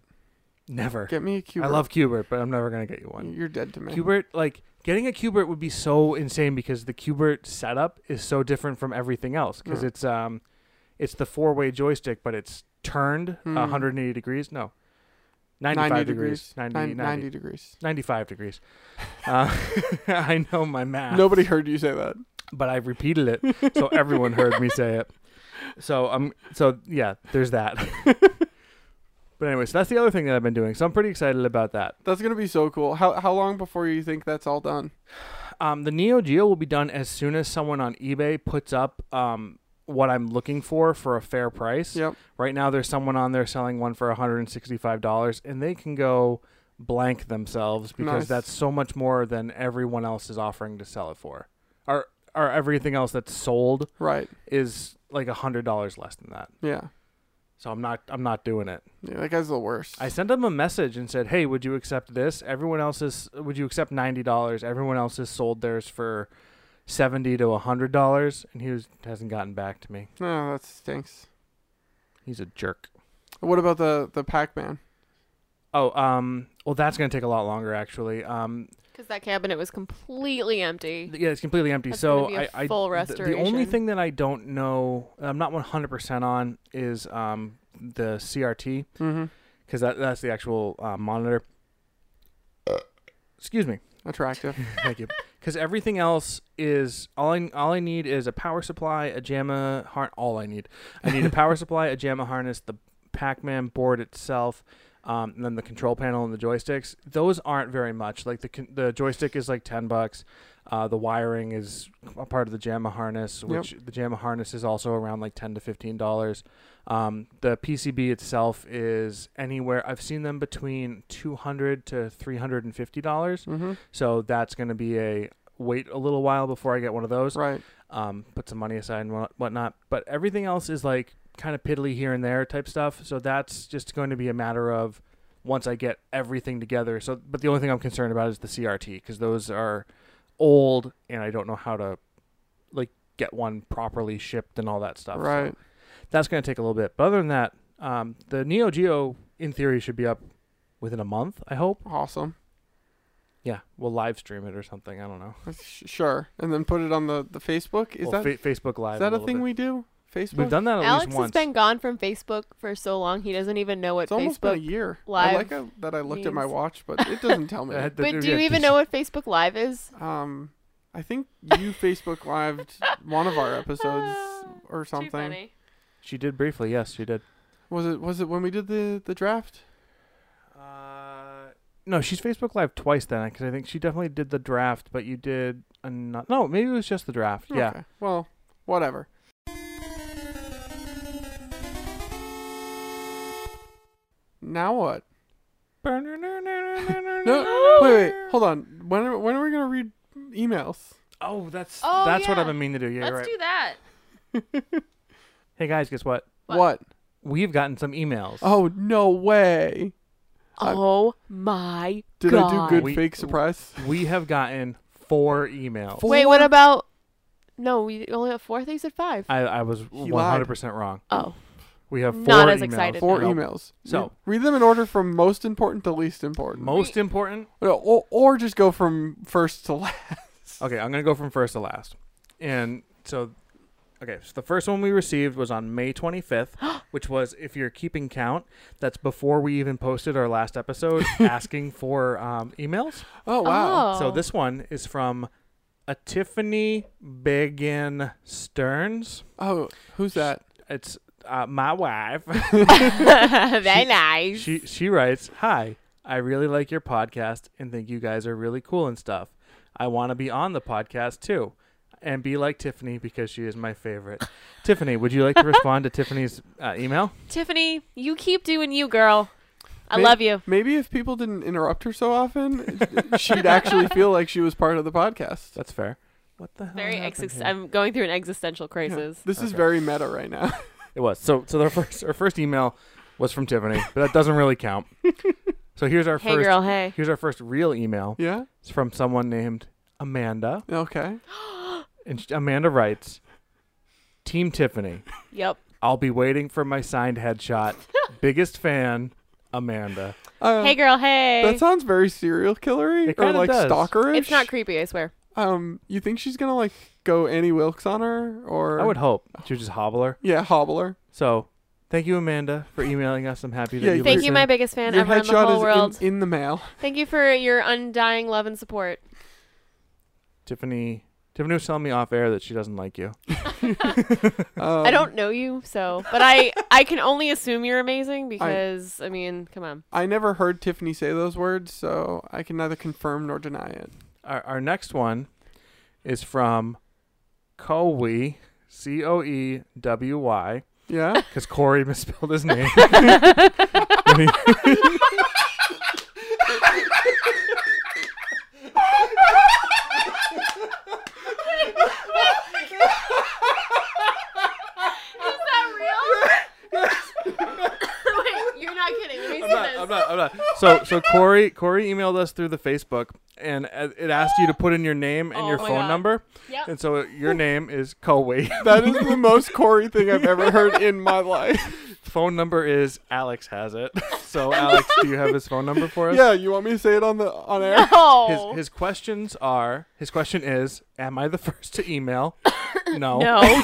B: Never.
C: Get me a Cubert.
B: I love Cubert, but I'm never gonna get you one.
C: You're dead to me.
B: Cubert, like getting a Cubert would be so insane because the Cubert setup is so different from everything else because
C: Mm.
B: it's um, it's the four way joystick, but it's turned
C: Mm.
B: 180 degrees. No, 95 degrees. 90,
C: Nin-
B: 90
C: 90 degrees.
B: 95 degrees. Uh, I know my math
C: Nobody heard you say that.
B: but I repeated it so everyone heard me say it. So um so yeah, there's that. but anyway, so that's the other thing that I've been doing. So I'm pretty excited about that.
C: That's gonna be so cool. How how long before you think that's all done?
B: Um, the Neo Geo will be done as soon as someone on eBay puts up um what I'm looking for for a fair price.
C: Yep.
B: Right now, there's someone on there selling one for 165 dollars, and they can go blank themselves because
C: Nice.
B: that's so much more than everyone else is offering to sell it for. Or or everything else that's sold
C: Right.
B: is like a hundred dollars less than that.
C: Yeah.
B: So I'm not I'm not doing it.
C: yeah. That guy's the worst.
B: I sent them a message and said, Hey, would you accept this? Everyone else is would you accept ninety dollars? Everyone else has sold theirs for seventy to hundred dollars and he was, hasn't gotten back to me.
C: no, that stinks.
B: He's a jerk.
C: What about the the Pac Man?
B: Oh, um well that's gonna take a lot longer actually. Um
A: Because that cabinet was completely empty.
B: Yeah, it's completely empty.
A: That's
B: so
A: gonna be a
B: I- I-
A: full
B: th- The only
A: restoration.
B: thing that I don't know, I'm not 100% on, is um, the CRT
C: Mm-hmm.
B: because that, that's the actual uh, monitor. Excuse me.
C: Attractive.
B: Thank you. Because everything else is all I all I need is a power supply, a JAMA harness. All I need, I need a power supply, a JAMA harness, the Pac-Man board itself, um, and then the control panel and the joysticks. Those aren't very much. Like the con- the joystick is like ten bucks. Uh, the wiring is a part of the JAMA harness,
C: Yep.
B: which the JAMA harness is also around like ten to fifteen dollars. Um, the PCB itself is anywhere I've seen them between two hundred to three hundred and fifty dollars.
C: mm-hmm.
B: So that's going to be a wait a little while before I get one of those.
C: Right.
B: Um, put some money aside and what- whatnot. But everything else is like kind of piddly here and there type stuff. So that's just going to be a matter of once I get everything together. So, but the only thing I'm concerned about is the CRT because those are old, and I don't know how to like get one properly shipped and all that stuff. So
C: right.
B: that's going to take a little bit. But other than that, um, the Neo Geo in theory should be up within a month. I hope.
C: Awesome.
B: Yeah, we'll live stream it or something. I don't know.
C: Sh- Sure. And then put it on the, the Facebook. Is
B: Well,
C: that
B: fa- Facebook Live?
C: is that a
B: little
C: thing
B: bit.
C: we do? Facebook.
B: We've done that at
A: Alex
B: least
A: has
B: once.
A: been gone from Facebook for so long he doesn't even know what
C: it's almost been a
A: Facebook.
C: year. I
A: Live
C: like uh that I looked at my
A: means.
C: watch, but it doesn't tell me.
B: I had to
A: But do you
B: Uh, yeah,
A: even
B: just-
A: know what Facebook Live is?
C: Um, I think you Facebook lived one of our episodes
A: Ah,
C: or
A: Too
C: something.
A: funny.
B: She did briefly. Yes, she did.
C: Was it was it when we did the the draft?
B: Uh, no, she's Facebook Live twice then, because I think she definitely did the draft, but you did ano- no, maybe it was just the draft. Yeah.
C: Okay. Well, whatever. Now what? No, wait, wait, hold on. When are, when are we gonna read emails?
B: Oh, that's
A: Oh,
B: that's what
A: yeah.
B: I've been meaning to do. Yeah,
A: Let's
B: you're right.
A: do that.
B: hey guys, guess what?
A: What?
C: what?
B: We've gotten some emails.
C: Oh no way! I-
A: oh my
C: Did
A: god.
C: I do good
B: We-
C: fake surprise?
B: we have gotten four emails.
C: Four?
A: Wait, what about? No, we only have four. I thought you said five.
B: I, I was
C: lied.
B: one hundred percent wrong.
A: oh,
B: We have four
A: Not as
B: emails.
A: excited
C: Four
B: Nope.
C: emails.
B: So-
C: read, read them in order from most important to least important.
B: Most important.
C: No, or, or just go from first to last.
B: Okay, I'm gonna go from first to last. And so, okay, so the first one we received was on May 25th, which was, if you're keeping count, that's before we even posted our last episode asking for um, emails.
C: Oh wow!
B: So this one is from a Tiffany Begin Stearns.
C: Oh, who's that?
B: It's uh, my wife.
A: very nice.
B: She she writes, "Hi, I really like your podcast and think you guys are really cool and stuff. I want to be on the podcast too." And be like Tiffany because she is my favorite. Tiffany, would you like to respond to Tiffany's uh, email?
A: Tiffany, you keep doing you, girl. I
C: May- Oh,
A: love you.
C: Maybe if people didn't interrupt her so often, she'd actually feel like she was part of the podcast.
B: That's fair. What the hell?
A: Very
B: happened
A: exist-
B: here?
A: I'm going through an existential
C: Yeah,
A: crisis.
C: This is
B: Okay.
C: very meta right now.
B: It was. So so our first our first email was from Tiffany, but that doesn't really count. So here's our
A: Hey,
B: first
A: girl. Hey.
B: here's our first real email.
C: yeah.
B: It's from someone named Amanda,
C: Okay.
B: and she, Amanda writes, "Team Tiffany."
A: Yep.
B: I'll be waiting for my signed headshot. Biggest fan, Amanda.
C: Uh,
A: Hey, girl. Hey.
C: That sounds very serial killery
B: It
C: or
B: kinda
C: like
B: does.
C: stalkerish.
A: it's not creepy. I swear.
C: um, you think she's gonna like go Annie Wilkes on her or?
B: I would hope she was just hobbler.
C: Yeah, hobbler.
B: So, thank you, Amanda, for emailing us. I'm happy that
C: Yeah,
B: you.
A: Thank you,
B: listen.
A: my biggest fan
C: Your
A: ever in the
C: headshot
A: whole
C: is
A: world.
C: In, in the mail.
A: Thank you for your undying love and support.
B: Tiffany. Tiffany was telling me off air that she doesn't like you.
C: Um,
A: I don't know you, so but I I can only assume you're amazing because I, mean, come on.
C: I never heard Tiffany say those words, so I can neither confirm nor deny it.
B: Our, our next one is from Cowie, C O E W Y,
C: Yeah.
B: because Corey misspelled his name. When he-
A: Is that real? Wait, you're not kidding. Let me see
B: I'm not.
A: this.
B: I'm not. I'm not. So, so Corey, Corey emailed us through the Facebook, and uh, it asked you to put in your name and
A: Oh
B: your
A: my
B: phone
A: God.
B: number.
A: Yep.
B: And so your name is Cowie.
C: That is the most Corey thing I've ever heard in my life.
B: phone number is Alex has it. So Alex, do you have his phone number for us?
C: Yeah, you want me to say it on the on air?
B: His
A: No.
B: his questions are his question is Am I the first to email? No.
A: no.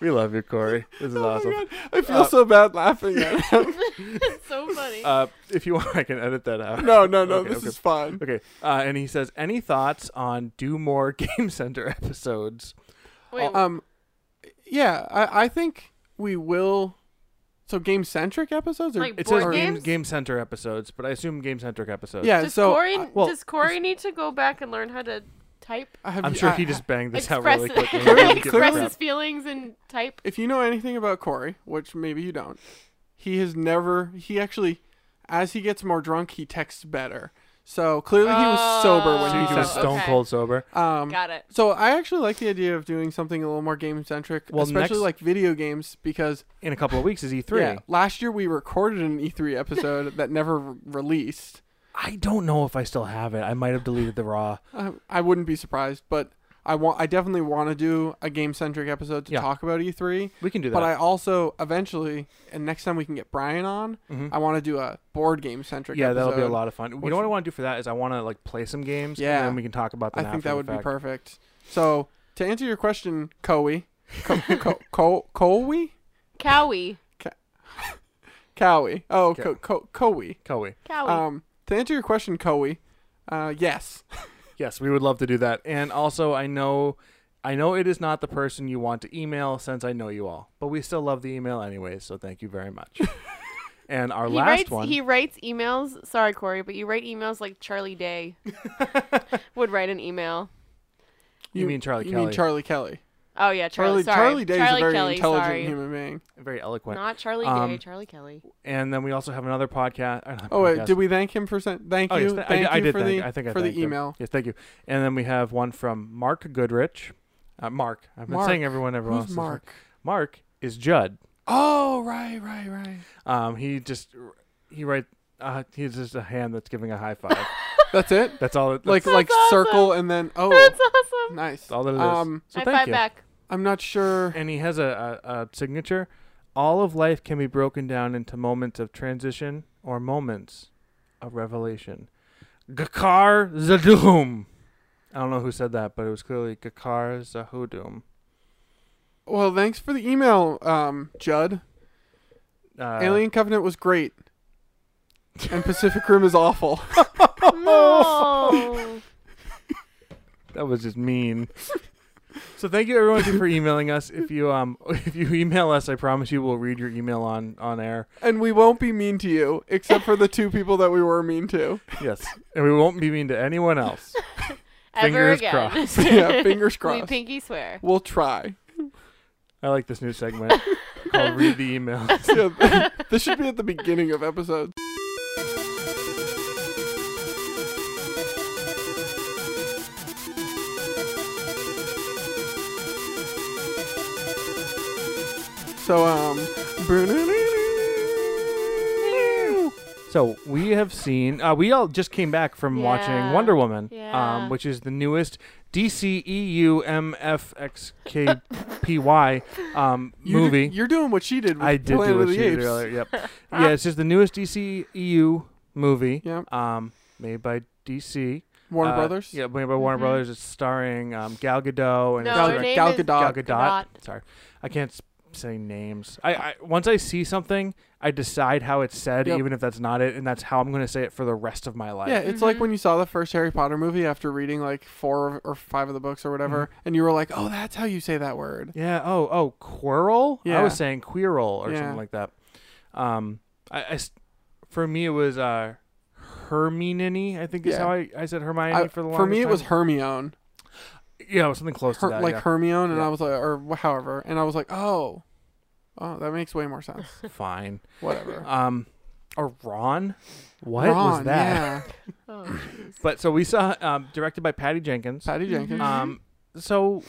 B: We love you, Corey. This is awesome.
C: Oh I feel so bad laughing at him.
A: It's so funny.
B: Uh, if you want, I can edit that out.
C: No, no, no.
B: Okay,
C: this
B: okay.
C: is fine.
B: Okay. Uh, and he says, Any thoughts on do more Game Center episodes?
A: Wait,
C: Um, yeah, I, I think we will. So game centric episodes or
A: Like
B: It
A: Board
B: says game,
A: games?
B: game Center episodes, but I assume Game Centric episodes.
C: yeah.
A: does
C: so
A: Corey
C: I- well,
A: does Corey need to go back and learn how to type?
C: I have,
B: I'm sure
C: I-
B: he just banged this out
A: Express,
B: really quickly.
A: express his feelings and type.
C: if you know anything about Corey, which maybe you don't, he has never. He actually, as he gets more drunk, he texts better. So clearly he was sober when
A: Oh,
B: he
C: he
B: was
A: so-
C: said that.
B: stone
A: okay.
B: cold sober.
C: Um,
A: Got it.
C: so I actually like the idea of doing something a little more game centric,
B: Well,
C: especially
B: next-
C: like video games, because
B: In a couple of weeks is E E3.
C: yeah, last year we recorded an E3 episode that never re- released.
B: I don't know if I still have it. I might have deleted the raw.
C: I, Uh, I wouldn't be surprised, but I want I definitely want to do a game centric episode to
B: Yeah.
C: talk about E3.
B: We can do that.
C: But I also eventually, and next time we can get Brian on,
B: Mhm.
C: I want to do a board game centric.
B: yeah, that'll be a lot of fun. You
C: Which-
B: know what I want to do for that is I want to like play some games.
C: Yeah.
B: and then we can talk about
C: I
B: them.
C: think
B: after
C: that
B: the
C: would be
B: fact.
C: perfect. So to answer your question, Cowie, Co- Co- Co- Cowie,
A: Cowie.
C: Cowie, oh,
B: Co-
C: Co- Co- Cowie.
B: Coey.
A: Cowie.
C: Um, to answer your question, Cowie, uh, yes,
B: Yes, we would love to do that. And also, I know, I know it is not the person you want to email since I know you all, but we still love the email anyway. So thank you very much. and our
A: he
B: last
A: writes
B: one.
A: he writes emails. Sorry, Corey, but you write emails like Charlie Day would write an email.
B: You mean Charlie
C: you mean
B: Kelly.
C: Charlie Kelly.
A: Oh yeah, Charlie.
C: Charlie
A: sorry.
C: Charlie Day is a
A: Charlie
C: very
A: Kelly,
C: intelligent
A: sorry.
C: human being.
B: Very eloquent.
A: Not Charlie Day,
B: Um,
A: Charlie Kelly.
B: and then we also have another podcast. uh, not
C: Oh wait,
B: podcast.
C: did we thank him for sen- thank
B: Oh, yes,
C: you,
B: th- I
C: thank
B: d- I,
C: you
B: did
C: for
B: thank,
C: the
B: I think I
C: for the
B: thanked him.
C: email.
B: Yes, thank you. And then we have one from Mark Goodrich. Uh, Mark, I've been
C: Mark.
B: saying everyone, everyone.
C: Who's
B: else is-
C: Mark?
B: Mark is Judd.
C: Oh right, right, right.
B: Um, he just he write uh, he's just a hand that's giving a high five.
C: That's it.
B: that's all. It, that's
C: like like
A: awesome.
C: circle and then oh
A: That's awesome.
C: nice.
B: all that it is.
C: Um,
B: so
A: High
B: thank
A: five
B: you.
A: back.
C: I'm not sure.
B: And he has a, a, a signature. All of life can be broken down into moments of transition or moments of revelation. Gakar Zadum. I don't know who said that, but it was clearly Gakar Zahudum.
C: Well, thanks for the email, um, Judd.
B: Uh,
C: Alien Covenant was great, and Pacific Rim is awful.
A: No.
B: That was just mean. so thank you everyone for emailing us. If you um if you email us, I promise you we'll read your email on on air.
C: and we won't be mean to you, except for the two people that we were mean to.
B: Yes, and we won't be mean to anyone else.
A: Ever
B: Fingers
A: again.
B: crossed.
C: yeah, fingers
A: we
C: crossed.
A: pinky swear.
C: We'll try.
B: I like this new segment called "Read the Email."
C: Yeah, this should be at the beginning of episodes. So um,
B: So we have seen. Uh, we all just came back from watching
A: Yeah.
B: Wonder Woman,
A: Yeah.
B: um, which is the newest E DCEUMFXKPY um,
C: you
B: movie.
C: You're doing what she did. With
B: I did
C: Planet
B: do what
C: of the
B: she did
C: Apes.
B: earlier. Yep. yeah, it's just the newest DC EU movie.
C: Yep.
B: Um, made by DC.
C: Warner
B: Uh,
C: Brothers.
B: Yeah, made by Warner
A: Mhm.
B: Brothers. It's starring um, Gal Gadot and
A: No,
B: it's
C: Gal-
A: her
B: direct-
A: name
C: Gal
A: is
B: Gal Gadot.
C: Gadot.
B: Sorry, I can't s- say names. I, I once I see something, I decide how it's said,
C: Yep.
B: even if that's not it, and that's how I'm going to say it for the rest of my life.
C: Yeah, it's like
A: Mhm.
C: when you saw the first Harry Potter movie after reading like four or five of the books or whatever, and you were like, "Oh, that's how you say that word."
B: Yeah. Oh. Oh. Quirrell. I
C: Yeah.
B: was saying Quirrell or
C: Yeah.
B: something like that. Um. I, I s- For me, it was uh, Hermione. I think is
C: Yeah.
B: how I, I said Hermione
C: I-
B: for the longest
C: for me, it
B: time.
C: was Hermione,
B: yeah, it was something close
C: Her-
B: to that.
C: like Hermione, and
B: Yeah.
C: I was like, or wh- however, and I was like, "Oh, oh, that makes way more sense."
B: yeah. Fine.
C: Whatever.
B: Um. Or Ron. What was
C: Ron,
B: that?
C: Yeah.
A: Oh, jeez.
B: But so we saw um, directed by Patty Jenkins.
C: Patty Jenkins.
A: Mhm.
B: Um, so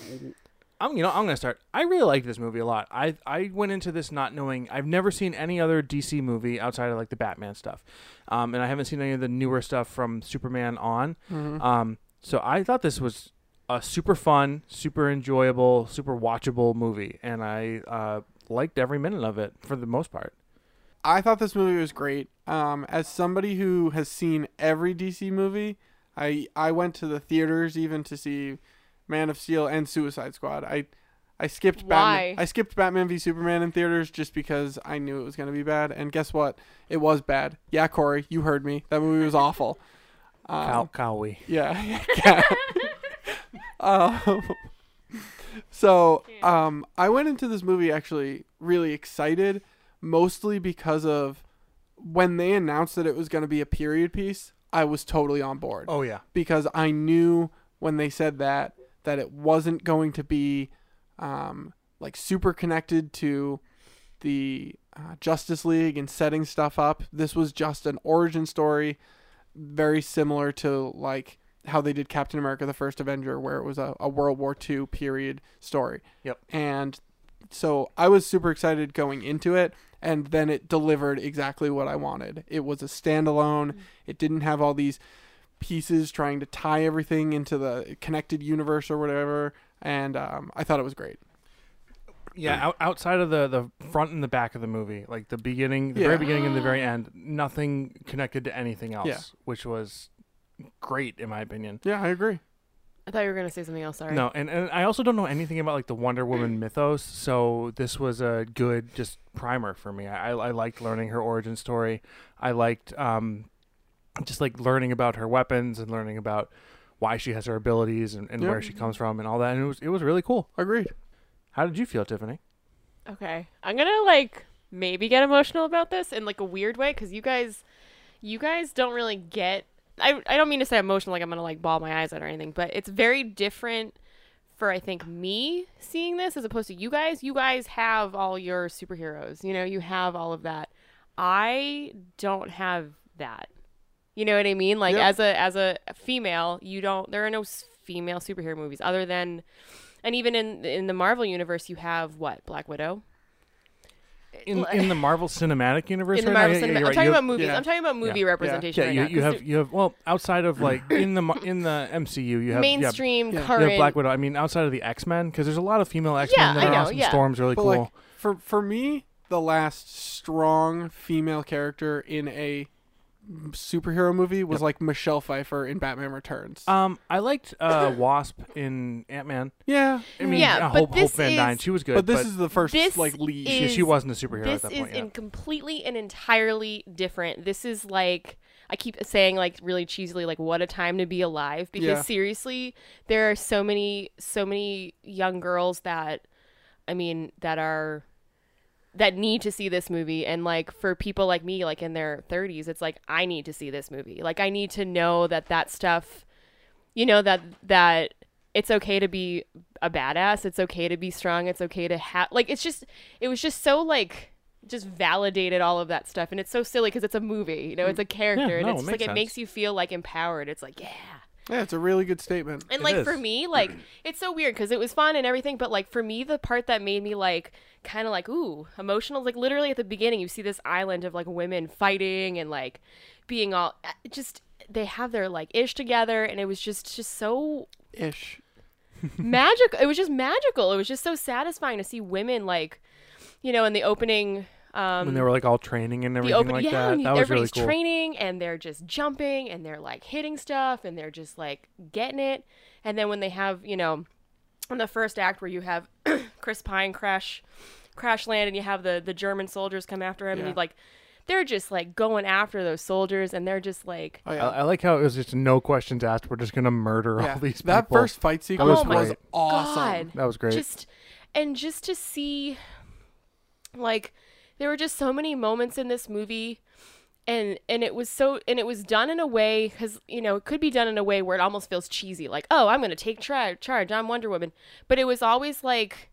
B: I'm you know I'm gonna start. I really like this movie a lot. I I went into this not knowing. I've never seen any other DC movie outside of like the Batman stuff, um, and I haven't seen any of the newer stuff from Superman on.
C: Mhm.
B: Um, so I thought this was a super fun, super enjoyable, super watchable movie, and I uh, liked every minute of it for the most part.
C: I thought this movie was great. Um, as somebody who has seen every DC movie, I I went to the theaters even to see Man of Steel and Suicide Squad. I I skipped
A: Why?
C: Batman. I skipped Batman v Superman in theaters just because I knew it was gonna be bad. And guess what? It was bad. Yeah, Corey, you heard me. That movie was awful. Um,
B: Cow, cowie.
C: yeah. yeah. um, so um, I went into this movie actually really excited, mostly because of when they announced that it was going to be a period piece, I was totally on board
B: Oh yeah.
C: because I knew when they said that that it wasn't going to be um, like super connected to the uh, Justice League and setting stuff up. This was just an origin story very similar to like how they did Captain America: The First Avenger, where it was a, a World War II period story.
B: Yep.
C: And so I was super excited going into it, and then it delivered exactly what I wanted. It was a standalone. It didn't have all these pieces trying to tie everything into the connected universe or whatever. And um, I thought it was great.
B: Yeah, out, outside of the the front and the back of the movie, like the beginning, the
C: Yeah.
B: very beginning and the very end, nothing connected to anything else,
C: Yeah.
B: which was great in my opinion.
C: Yeah, I agree.
A: I thought you were gonna say something else. Sorry.
B: No, and, and I also don't know anything about like the Wonder Woman mythos, so this was a good just primer for me. I, I liked learning her origin story. I liked um, just like learning about her weapons and learning about why she has her abilities and, and
C: Yeah.
B: where she comes from and all that. And it was it was really cool.
C: Agreed.
B: How did you feel, Tiffany?
A: Okay. I'm gonna like maybe get emotional about this in like a weird way because you guys, you guys don't really get. I I don't mean to say emotional like I'm gonna like ball my eyes out or anything, but it's very different for I think me seeing this as opposed to you guys. You guys have all your superheroes. You know, you have all of that. I don't have that. You know what I mean? Like
C: Yeah.
A: as a as a female, you don't. There are no s- female superhero movies other than, and even in in the Marvel universe, you have what Black Widow.
B: In,
A: Like-
B: in the Marvel Cinematic Universe,
A: in the
B: right now?
A: Marvel
B: Yeah, yeah,
A: cinema,
B: you're
A: I'm
B: right.
A: talking
B: You have-
A: about movies.
C: yeah.
A: I'm talking about movie
B: Yeah.
A: representation
B: Yeah,
A: right
B: you,
A: now.
B: you
A: 'cause
B: have you have well outside of like in the mar- in the MCU you have yeah,
A: mainstream
C: yeah.
B: you
A: current.
B: have Black Widow. I mean outside of the X Men because there's a lot of female X Men
A: Yeah,
B: that
A: I
B: are
A: know,
B: awesome.
A: yeah.
B: Storm's really
C: But
B: cool.
C: like for for me, the last strong female character in a superhero movie was like Michelle Pfeiffer in Batman Returns.
B: um, I liked uh, Wasp in Ant Man.
C: yeah,
B: I mean, uh,
A: Yeah, but
B: Hope,
A: this
B: Hope Van Dyne.
A: is-
B: She was good,
C: but this is the first
A: this
C: like lead.
B: she,
A: is-
B: she wasn't a superhero
A: this
B: at that
A: is
B: point. yeah.
A: in completely and entirely different. This is like I keep saying like really cheesily like what a time to be alive because
C: Yeah.
A: seriously there are so many so many young girls that I mean that are that need to see this movie and like for people like me like in their 30s it's like I need to see this movie. Like I need to know that that stuff you know that that it's okay to be a badass it's okay to be strong it's okay to have like it's just it was just so like just validated all of that stuff and it's so silly because it's a movie you know it's a character and
B: Mm. no,
A: it's just
B: it
A: like
B: makes
A: it
B: sense.
A: makes you feel like empowered it's like yeah
C: yeah, it's a really good statement.
A: and
B: It
A: like for
B: is.
A: me like it's so weird because it was fun and everything but like for me the part that made me like kind of like ooh emotional is, like literally at the beginning you see this island of like women fighting and like being all eh, just they have their like ish together and it was just just so
C: Ish.
A: magic it was just magical it was just so satisfying to see women like you know in the opening um
B: when they were like all training and
A: the
B: everything
A: open
B: like
A: yeah
B: that.
A: and
B: That was really
A: everybody's
B: cool.
A: training and they're just jumping and they're like hitting stuff and they're just like getting it and then when they have you know in the first act where you have chris pine crash crash land and you have the the german soldiers come after him and
C: Yeah.
A: you like they're just like going after those soldiers and they're just like
C: Oh
B: I,
C: yeah.
B: I like how it was just no questions asked. We're just gonna murder
C: Yeah.
B: all these people.
C: that first fight sequence
B: was
C: was,
B: great.
C: awesome.
A: God.
B: that was great.
A: Just and just to see like there were just so many moments in this movie and and it was so and it was done in a way cuz you know it could be done in a way where it almost feels cheesy like oh I'm going to take tri- charge I'm Wonder Woman but it was always like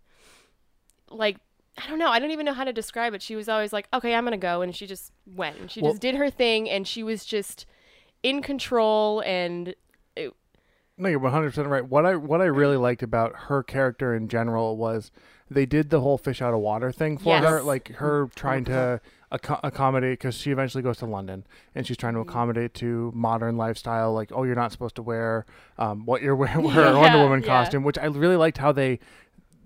A: like I don't know. I don't even know how to describe it. She was always like, "Okay, I'm gonna go," and she just went. And she
B: Well-
A: just did her thing, and she was just in control. And it,
B: No, you're 100 percent right. What I what I really liked about her character in general was they did the whole fish out of water thing for
A: Yes. Mm-hmm.
B: her, like her trying to acco- accommodate because she eventually goes to London and she's trying to
A: Mm-hmm.
B: accommodate to modern lifestyle, like oh you're not supposed to wear um, what you're wearing, her
A: Yeah,
B: Wonder Woman
A: yeah.
B: costume, which I really liked how they.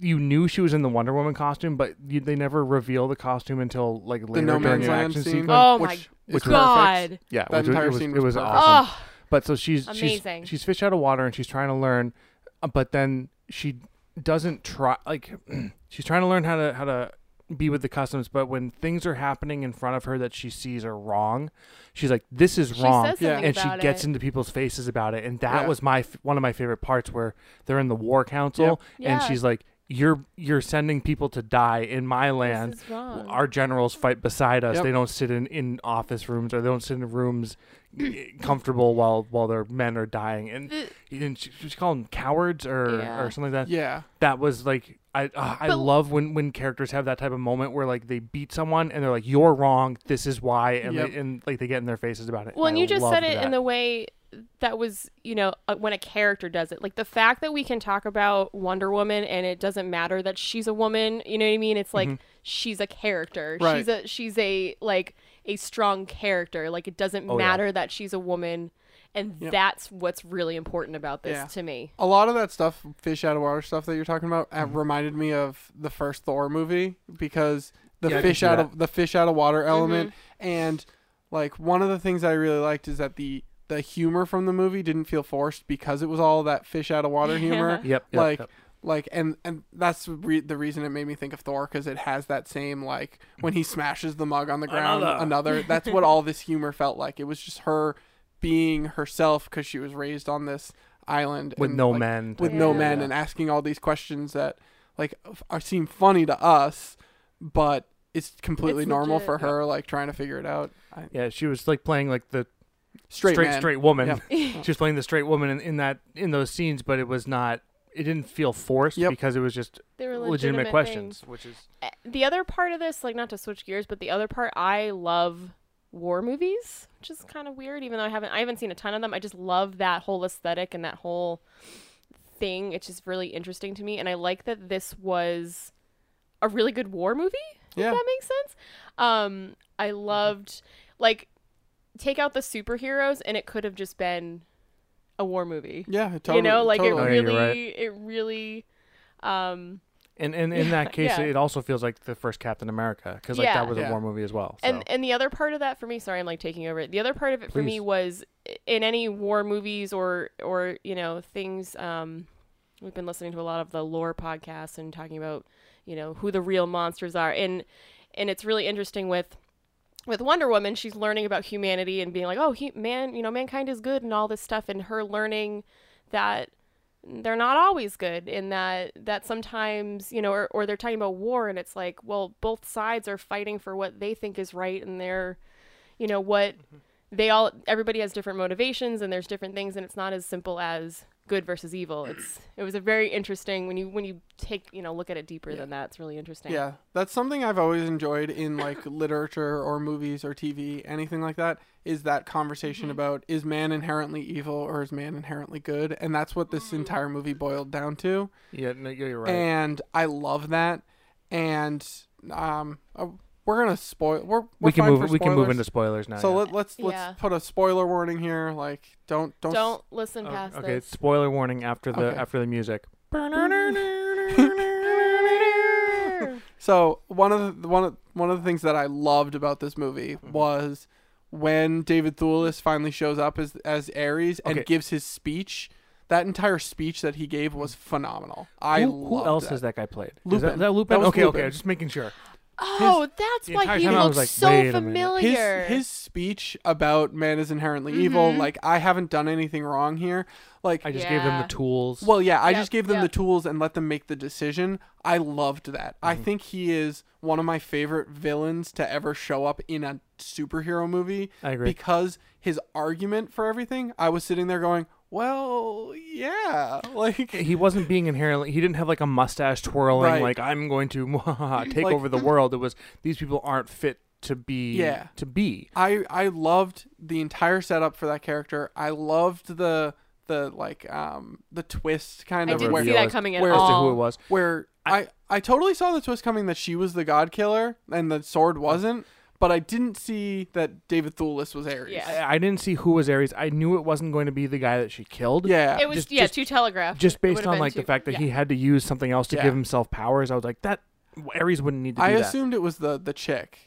B: You knew she was in the Wonder Woman costume, but you, they never reveal the costume until like later
C: No
B: during
C: Man's
B: the
C: Land
B: action
C: scene.
B: sequence.
A: oh my
C: Which- which was
A: god!
B: Yeah,
C: That
B: which
C: entire
B: was,
C: scene
B: it was,
C: was
B: it was
C: perfect.
B: awesome.
A: Oh,
B: But so she's
A: Amazing.
B: She's, she's fish out of water and she's trying to learn, uh, but then she doesn't try like she's trying to learn how to how to be with the customs. But when things are happening in front of her that she sees are wrong, she's like, "This is
A: She
B: wrong,"
A: says
C: Yeah.
A: something
B: and she
A: about it.
B: gets into people's faces about it. And that
C: Yeah.
B: was my f- one of my favorite parts where they're in the war council
A: Yeah.
B: and she's like. You're you're sending people to die in my land.
A: This is wrong.
B: Our generals fight beside us.
C: Yep.
B: They don't sit in, in office rooms or they don't sit in rooms comfortable while while their men are dying. And,
A: The-
B: and she, she was calling cowards or,
A: Yeah.
B: or something like that.
C: Yeah.
B: That was like I ah, I
A: But-
B: love when when characters have that type of moment where like they beat someone and they're like you're wrong this is why and
C: Yep.
B: they, and like they get in their faces about it.
A: Well, and
B: I
A: you just said
B: loved
A: it in
B: that.
A: the way that was, you know, uh, when a character does it. Like the fact that we can talk about Wonder Woman and it doesn't matter that she's a woman, you know what I mean? It's like
B: Mm-hmm.
A: she's a character.
C: Right.
A: She's a she's a like a strong character. Like it doesn't
B: Oh, yeah.
A: matter that she's a woman. And
C: Yep.
A: that's what's really important about this
C: Yeah.
A: to me.
C: A lot of that stuff, fish out of water stuff that you're talking about, uh,
B: Mm-hmm.
C: reminded me of the first Thor movie because the
B: Yeah, I can
C: fish
B: see
C: out
B: that.
C: of the fish out of water element and like one of the things I really liked is that the the humor from the movie didn't feel forced because it was all that fish out of water humor.
B: yep, yep,
C: like
B: yep.
C: like and and that's re- the reason it made me think of Thor because it has that same like when he smashes the mug on the ground
B: Another.
C: another, that's what all this humor felt like it was just her being herself because she was raised on this island
B: with
C: and,
B: no
C: like,
B: men
C: with
B: type
C: no
B: of-
C: men
B: yeah.
C: and asking all these questions that like f- are seem funny to us but it's completely
A: It's
C: normal
A: legit,
C: for her like trying to figure it out I,
B: yeah she was like playing like the
C: straight
B: straight
C: man.
B: straight woman.
C: Yep.
B: she was playing the straight woman in, in that in those scenes, but it was not. It didn't feel forced
C: Yep.
B: because it was just
A: They were
B: legitimate,
A: legitimate
B: questions, which is
A: Uh, the other part of this, like not to switch gears, but the other part I love war movies, which is kind of weird, even though I haven't I haven't seen a ton of them. I just love that whole aesthetic and that whole thing. It's just really interesting to me, and I like that this was a really good war movie.
C: yeah
A: If that makes sense. Um, I loved like take out the superheroes, and it could have just been a war movie.
C: yeah it totally,
A: you know, like
C: totally.
A: it
B: Okay, Oh, you're
A: really,
B: right.
A: it really. Um,
B: and and in that case,
A: yeah.
B: it also feels like the first Captain America because like
A: Yeah.
B: that was
C: Yeah.
B: a war movie as well. So.
A: And and the other part of that for me, sorry, I'm like taking over. The other part of it for me
B: Please.
A: was i- in any war movies or or you know things. Um, we've been listening to a lot of the lore podcasts and talking about you know who the real monsters are, and and it's really interesting with with Wonder Woman. She's learning about humanity and being like, oh, he, man, you know, mankind is good and all this stuff, and her learning that they're not always good and that that sometimes you know or, or they're talking about war and it's like well both sides are fighting for what they think is right and they're you know what they all everybody has different motivations and there's different things and it's not as simple as good versus evil it's it was a very interesting when you when you take you know look at it deeper than that it's really interesting
C: Yeah, that's something I've always enjoyed in like literature or movies or TV, anything like that, is that conversation
A: Mm-hmm.
C: about is man inherently evil or is man inherently good? And that's what
A: Mm-hmm.
C: this entire movie boiled down to.
B: yeah, no, you're right.
C: And I love that. And um uh, we're going to spoil we're, we're
B: we can
C: fine
B: move.
C: for
B: We can move
C: spoilers.
B: into spoilers now.
C: So
B: yeah.
C: let, let's let's
A: Yeah.
C: put a spoiler warning here like don't don't,
A: don't listen
B: Oh,
A: past
B: okay,
A: this
B: spoiler warning after the
C: Okay.
B: after the music.
C: So one of the one of, one of the things that I loved about this movie
B: Mm-hmm.
C: was when David Thewlis finally shows up as as Ares and
B: Okay.
C: gives his speech. That entire speech that he gave was phenomenal. I
B: who, who
C: loved
B: else
C: that.
B: has that guy played? Is that,
C: Lupin.
B: that Lupin?
C: That was
B: okay, okay.
C: Lupin.
B: Just making sure.
A: oh that's
B: the
A: why
B: entire
A: he
B: time I was
A: looks
B: like, wait
A: so
B: a minute. His-
C: his
A: familiar
C: his speech about man is inherently evil. Like I haven't done anything wrong here. Like
B: I just gave them
A: Yeah.
B: the tools.
C: Well, yeah, I
A: Yep,
C: just gave them the
A: yep.
C: tools and let them make the decision. I loved that. I think he is one of my favorite villains to ever show up in a superhero movie.
B: I agree.
C: Because his argument for everything, I was sitting there going, well, yeah. Like,
B: he wasn't being inherently he didn't have like a mustache twirling
C: Right.
B: like i'm going to take
C: Like-
B: over the world it was these people aren't fit to be
C: Yeah.
B: to be
C: I, I loved the entire setup for that character. I loved the, the like, um, the twist kind
A: i
C: of
B: did
C: where,
A: didn't see
B: reveal
A: that
B: as-
A: coming at
C: where-
B: as to
A: all
B: who it was
C: where I, I totally saw the twist coming that she was the god killer and the sword wasn't, but I didn't see that David Thewlis was Ares.
A: Yeah.
B: I, I didn't see who was aries i knew it wasn't going to be the guy that she killed
C: Yeah.
A: it was
B: Just-
A: yeah
B: just-
A: too telegraphed
B: just
A: It would've
B: based on
A: been
B: like the
A: too-
B: fact that
A: yeah.
B: he had to use something else to
C: Yeah.
B: give himself powers i was like that aries wouldn't need to do
C: I
B: that
C: assumed it was the the chick.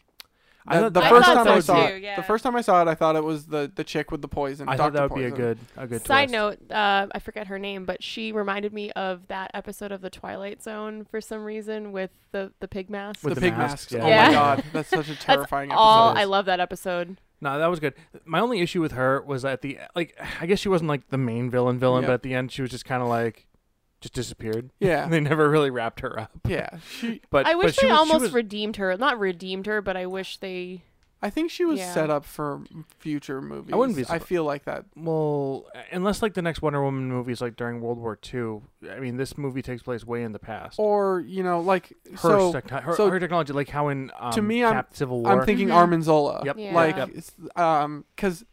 B: I
C: The-
B: thought
C: the
B: that-
C: first
A: I thought
C: time I
A: so
C: saw
A: too,
C: it,
A: yeah.
C: the first time I saw it, I thought it was the the chick with the poison.
B: i thought
C: Dr.
B: that would be a
C: Poison.
B: good a good
A: Side
B: twist.
A: note, uh, I forget her name, but she reminded me of that episode of The Twilight Zone for some reason with the the pig mask.
B: With
C: the,
B: the
C: pig
B: masks,
C: masks.
B: yeah.
C: Oh
A: Yeah.
C: my god, that's such a terrifying
A: That's
C: episode.
A: all I love that episode.
B: No, that was good. My only issue with her was at the like I guess she wasn't like the main villain villain,
C: Yeah.
B: but at the end she was just kind of like just disappeared.
C: Yeah.
B: they never really wrapped her up.
C: yeah, she.
B: But
A: I
B: but
A: wish
B: she
A: they
B: was- she
A: almost
B: was-
A: redeemed her. Not redeemed her, but I wish they
C: I think she was
A: Yeah.
C: set up for future movies.
B: wouldn't be
C: I
B: surpri-
C: feel like that.
B: Well, unless like the next Wonder Woman movie is like during World War II. I mean, this movie takes place way in the past.
C: Or you know, like
B: her,
C: Oh, so.
B: tech- her,
C: so-
B: her technology, like how in um,
C: To me, I'm-
B: Cap Civil War.
C: I'm thinking
A: Mhm.
C: Armin Zola.
B: Yep.
A: Yeah.
C: like
B: Yep.
C: it's, um because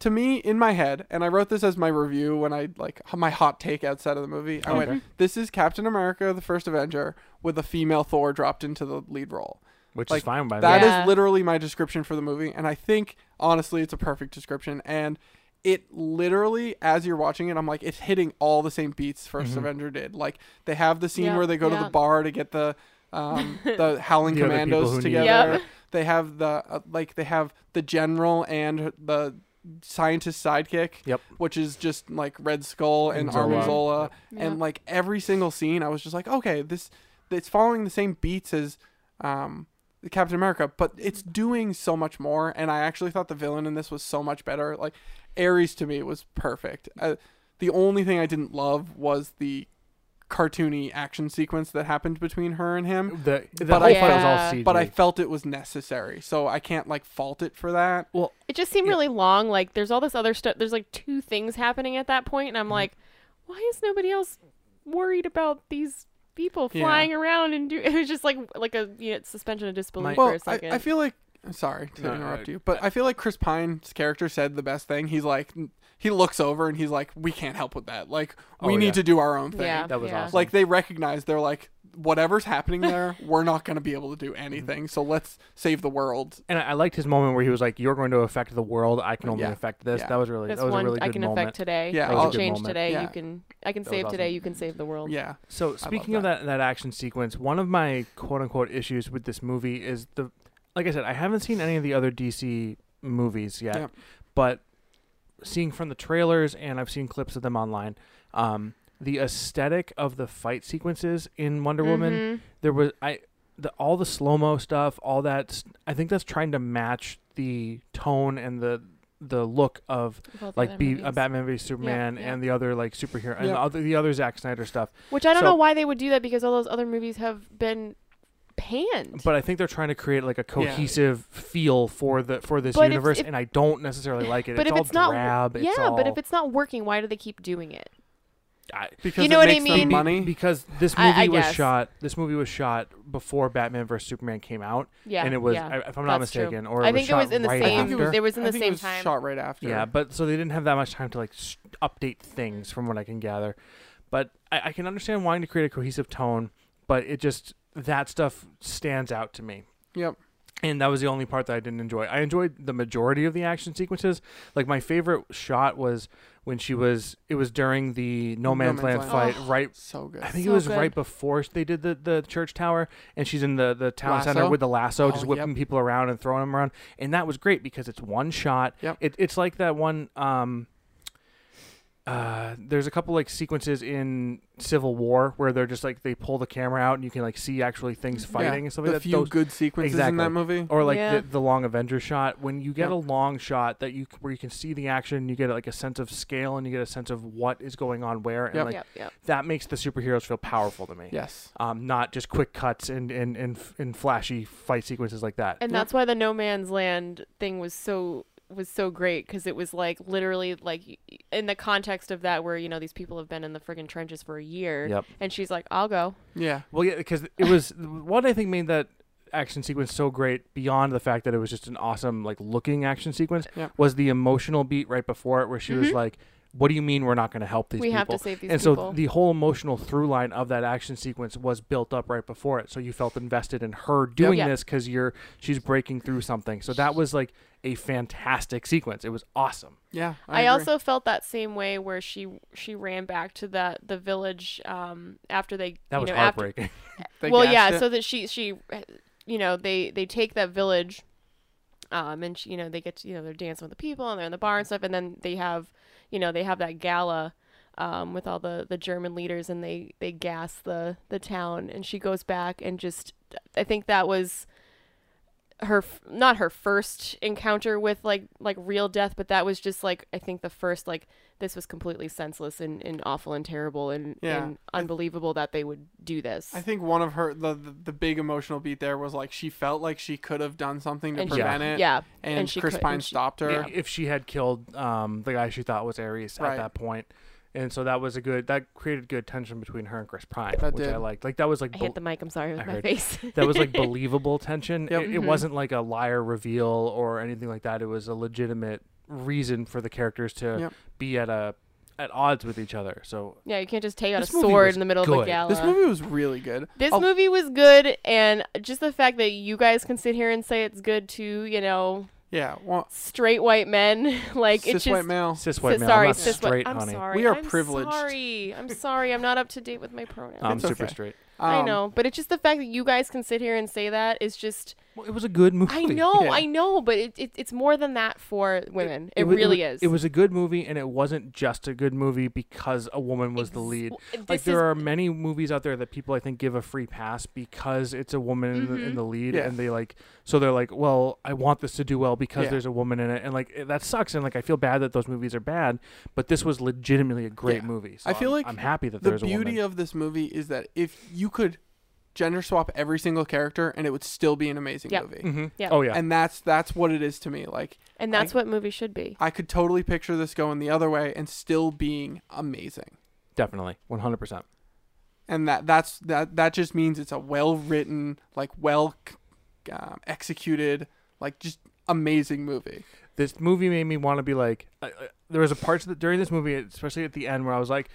C: to me in my head and i wrote this as my review when i like h- my hot take outside of the movie i
B: Okay.
C: went this is captain america the first avenger with a female thor dropped into the lead role
B: which
C: like,
B: is fine by
C: That
B: that.
C: is
A: Yeah.
C: literally my description for the movie and i think honestly it's a perfect description and it literally as you're watching it i'm like it's hitting all the same beats 1st
B: Mhm.
C: avenger did like they have the scene
A: Yep,
C: where they go to the
A: yep.
C: bar to get the um, the howling
B: The other people who
C: commandos
B: need it.
C: together
A: Yep.
C: they have the uh, like they have the general and the scientist sidekick
B: Yep.
C: which is just like red skull and
B: And Zola.
C: armin zola
A: Yeah.
C: and like every single scene i was just like okay this it's following the same beats as um captain america but it's doing so much more and i actually thought the villain in this was so much better like ares to me was perfect uh, the only thing i didn't love was the cartoony action sequence that happened between her and him
B: The, the
C: But
B: whole
C: I
B: fight was all
A: felt-
B: CG.
C: but I felt it was necessary, so I can't like fault it for that.
A: It just seemed really long. Like there's all this other stuff. There's like two things happening at that point,
B: Mm-hmm.
A: and I'm like, why is nobody else worried about these people
C: Yeah.
A: flying around and do? It was just like like a you know, suspension of disbelief
B: My-
A: for
C: Well,
A: a
C: I,
A: second.
C: I feel like I'm sorry to
B: No,
C: interrupt
B: I-
C: you, but I feel like Chris Pine's character said the best thing. He's like, he looks over and he's like, we can't help with that. Like, we
B: Oh,
C: need
B: yeah.
C: to do our own thing.
A: yeah,
B: That was
A: yeah.
B: awesome.
C: Like they recognize they're like, whatever's happening there, we're not going to be able to do anything. So let's save the world.
B: and I, I liked his moment where he was like, "You're going to affect the world. I can only
C: Yeah.
B: affect this."
C: Yeah.
B: That was really
A: That's
B: that was
A: one
B: a really
A: I
B: good
A: can
B: moment.
A: affect today.
C: Yeah,
A: I
C: I'll-
A: can
C: That was a
B: good
A: change
B: moment.
A: today.
C: Yeah.
A: You can. I can
B: That was
A: save today.
B: awesome.
A: You can save the world.
C: Yeah,
B: So speaking of
C: that.
B: that that action sequence, one of my quote unquote issues with this movie is the like I said, I haven't seen any of the other DC movies yet,
C: Yep.
B: but seeing from the trailers and I've seen clips of them online, um, the aesthetic of the fight sequences in Wonder Woman,
A: Mhm.
B: there was I the all the slow mo stuff, all that s- I think that's trying to match the tone and the the look of
A: Of all the
B: like
A: other
B: be a
A: movies.
B: Batman v Superman
A: yeah.
B: and the other like superhero and
C: Yep.
B: the other the other Zack Snyder stuff.
A: Which I don't
B: So-
A: know why they would do that because all those other movies have been panned.
B: but I think they're trying to create like a cohesive feel for the for this
A: But if-
B: universe,
A: if-
B: and I don't necessarily like it.
A: but
B: it's
A: if
B: all
A: it's not-
B: drab.
A: yeah,
B: it's all,
A: but if it's not working, why do they keep doing it?
B: I,
C: because
A: know
C: it
A: what I
C: makes
A: mean?
C: them money.
B: because this
A: I-
B: movie
A: I
B: was
A: guess.
B: shot. This movie was shot before Batman vs Superman came out,
A: Yeah,
B: and it was,
A: yeah.
B: I- if I'm not
A: that's true.
B: mistaken, or
A: I
B: it was
A: think it
B: shot
A: was in the
B: right
A: same.
C: think it was-
B: after.
A: They was in
C: I
A: the
C: think
A: same
C: it was
A: time.
C: shot right after.
B: Yeah, but so they didn't have that much time to like s update things, from what I can gather. But I, I can understand wanting to create a cohesive tone, but it just that stuff stands out to me.
C: Yep.
B: And that was the only part that I didn't enjoy. I enjoyed the majority of the action sequences. Like my favorite shot was when she was. It was during the No Man's, Land, Oh. fight, right?
C: so good.
B: I think
A: So
B: it was
A: good.
B: right before they did the, the church tower, and she's in the, the town center
C: Lasso?
B: with the lasso, just
C: Oh,
B: whipping people around and throwing them around, and that was great because it's one shot.
C: Yep.
B: It, it's like that one. Um, uh, there's a couple like sequences in Civil War where they're just like they pull the camera out and you can like see actually things
C: Yeah,
B: fighting and stuff
C: the
B: like that.
C: few
B: Those-
C: good sequences in
B: Exactly.
C: that movie.
B: or like
A: Yeah.
B: the, the long Avenger shot when you get
C: Yep.
B: a long shot that you c- where you can see the action, you get like a sense of scale and you get a sense of what is going on where, and
C: Yep.
B: like
A: yep, yep.
B: that makes the superheroes feel powerful to me.
C: Yes.
B: Um, not just quick cuts and and and, f- and flashy fight sequences like that.
A: And
C: Yep.
A: that's why the no man's land thing was so was so great because it was like literally like y- in the context of that where you know these people have been in the friggin' trenches for a year
B: Yep.
A: and she's like i'll go
C: Yeah.
B: Well, yeah, because it was what I think made that action sequence so great beyond the fact that it was just an awesome like looking action sequence
C: Yep.
B: was the emotional beat right before it where she was
A: Mhm.
B: like what do you mean we're not going to help these
A: we
B: people
A: have to save these
B: and
A: people
B: so the whole emotional through line of that action sequence was built up right before it so you felt invested in her doing
A: Yeah.
B: this because you're she's breaking through something so that was like a fantastic sequence it was awesome
C: Yeah.
A: I,
C: agree.
A: also felt that same way where she she ran back to the the village um after they
B: that
A: you
B: was
A: know, after,
B: heartbreaking
C: They
A: well
C: gassed
A: yeah
C: it.
A: so that she she you know they they take that village um and she, you know they get to, you know they're dancing with the people and they're in the bar and stuff and then they have you know they have that gala um with all the the german leaders and they they gas the the town and she goes back and just i think that was her f- not her first encounter with like like real death but that was just like i think the first like this was completely senseless and, and awful and terrible and,
C: Yeah.
A: and unbelievable that they would do this
C: I think one of her the, the the big emotional beat there was like she felt like she could have done something to
A: And she-
C: prevent it.
A: yeah
C: And,
A: and she
C: Chris
A: could-
C: Pine
A: and she-
C: stopped her.
B: if she had killed um, the guy she thought was Ares
C: Right.
B: at that point. And so that was a good that created good tension between her and Chris Prime,
C: That
B: which I
C: did.
B: liked. Like that was like
A: i
B: bel-
A: hit the mic i'm sorry with
B: I
A: my
B: heard.
A: face
B: that was like believable tension.
C: Yep.
B: It,
A: Mm-hmm.
B: it wasn't like a liar reveal or anything like that. It was a legitimate reason for the characters to
C: Yep.
B: be at a at odds with each other. So
A: yeah you can't just take out
B: This
A: a
B: movie
A: sword
B: was
A: in the middle of
B: good.
A: a gala
C: This movie was really good.
A: This
C: Oh.
A: movie was good, and just the fact that you guys can sit here and say it's good to, you know,
C: Yeah. Well,
A: straight white men, like
C: cis
A: it's just
C: white male.
B: cis
A: si-
B: white male,
A: sorry,
B: I'm not
A: cis
B: straight,
A: white.
B: honey.
A: I'm sorry.
C: We are
A: I'm
C: privileged.
A: Sorry, I'm sorry. I'm not up to date with my pronouns.
B: I'm
C: It's
B: super
C: okay.
B: straight.
A: I
C: Um,
A: know, but it's just the fact that you guys can sit here and say that is just.
B: Well, it was a good movie.
A: I know,
C: Yeah.
A: I know, but it, it, it's more than that for women. It,
B: wa-
A: really
B: wa-
A: is.
B: It was a good movie, and it wasn't just a good movie because a woman was the lead.
A: This
B: Like
A: is-
B: there are many movies out there that people I think give a free pass because it's a woman in, the, in the lead,
C: Mm-hmm. Yeah.
B: and they like so they're like, well, I want this to do well because
C: Yeah.
B: there's a woman in it, and like it- that sucks, and like I feel bad that those movies are bad, but this was legitimately a great
C: Yeah.
B: movie. So
C: I feel
B: I'm-
C: like
B: I'm happy that
C: The
B: there's a
C: beauty
B: woman.
C: of this movie is that if you could gender swap every single character and it would still be an amazing
A: Yep.
C: movie.
B: Mhm.
A: Yeah.
B: Oh yeah,
C: And that's that's what it is to me. Like
A: and that's what movies should be.
C: I could totally picture this going the other way and still being amazing.
B: definitely, 100. percent
C: And that that's that that just means it's a well written, like well c- um, executed, like just amazing movie.
B: this movie made me want to be like I, I, there was a part that during this movie especially at the end where i was like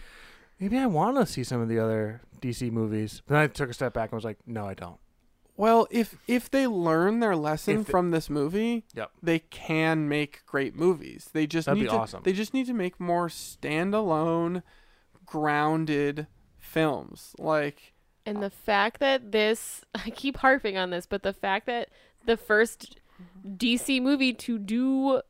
B: maybe i want to see some of the other dc movies but then i took a step back and was like no i don't
C: Well, if if they learn their lesson
B: If-
C: from this movie,
B: Yep.
C: they can make great movies. They just
B: That'd
C: need
B: be
C: to,
B: awesome.
C: They just need to make more standalone, grounded films. Like
A: And the fact that this, I keep harping on this, but the fact that the first DC movie to do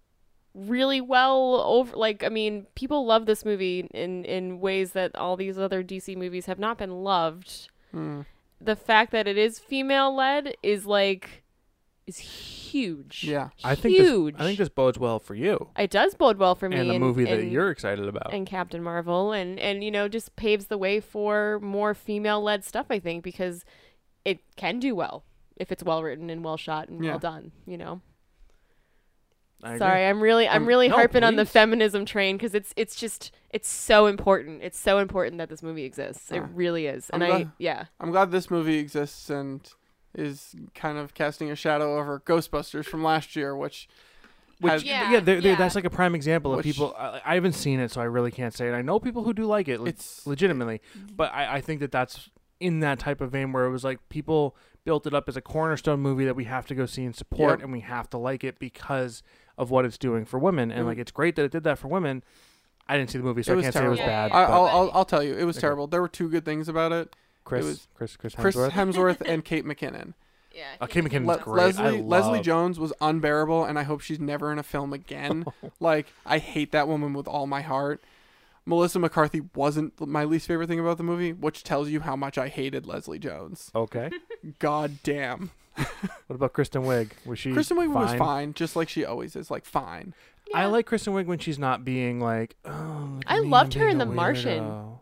A: really well over, like, I mean, people love this movie in, in ways that all these other DC movies have not been loved.
C: hmm,
A: The fact that it is female led is like, is huge.
C: yeah,
B: i think
A: huge.
B: this, i think this bodes well for you
A: it does bode well for me.
B: and the movie that
A: and-
B: you're excited about
A: and Captain Marvel and and you know just paves the way for more female led stuff I think because it can do well if it's well written and well shot and
C: Yeah.
A: well done you know
B: I agree.
A: sorry I'm really I'm
B: Um,
A: really
B: no,
A: harping on the
B: please.
A: feminism train cuz it's it's just it's so important it's so important that this movie exists it
C: Yeah.
A: really is and
C: I'm
A: I
C: glad-
A: yeah
C: I'm glad this movie exists and is kind of casting a shadow over Ghostbusters from last year, which
B: which
C: has-
B: yeah,
A: Yeah,
B: they're, they're-
A: yeah.
B: that's like a prime example of
C: Which-
B: people I, I haven't seen it so i really can't say it i know people who do like it le-
C: It's-
B: legitimately but I, I think that that's in that type of vein where it was like people built it up as a cornerstone movie that we have to go see and support
C: Yep.
B: and we have to like it because of what it's doing for women and
C: Mhm.
B: like it's great that it did that for women i didn't see the movie so i
C: It was
B: can't say it was
A: terrible. Yeah,
B: bad
A: yeah,
C: I,
A: yeah.
B: but
C: I'll, I'll I'll tell you, it was
B: Okay.
C: terrible. There were two good things about it.
B: chris,
C: it was-
B: chris chris
C: Chris
B: Hemsworth?
C: Hemsworth and Kate McKinnon.
A: yeah
B: Oh, Kate McKinnon's
C: Le-
B: great. I
C: Leslie Leslie
B: love-
C: Jones was unbearable, and I hope she's never in a film again.
B: Oh.
C: like I hate that woman with all my heart. Melissa McCarthy wasn't my least favorite thing about the movie, which tells you how much I hated Leslie Jones.
B: okay
C: God damn.
B: what about kristen wiig was she
C: Kristen Wiig was
B: fine?
C: fine, just like she always is. Like fine.
B: I
A: Yeah.
B: like Kristen Wiig when she's not being like, oh, look
A: I
B: at me,
A: loved
B: I'm
A: her
B: being
A: in
B: a
A: The Martian.
B: weirdo."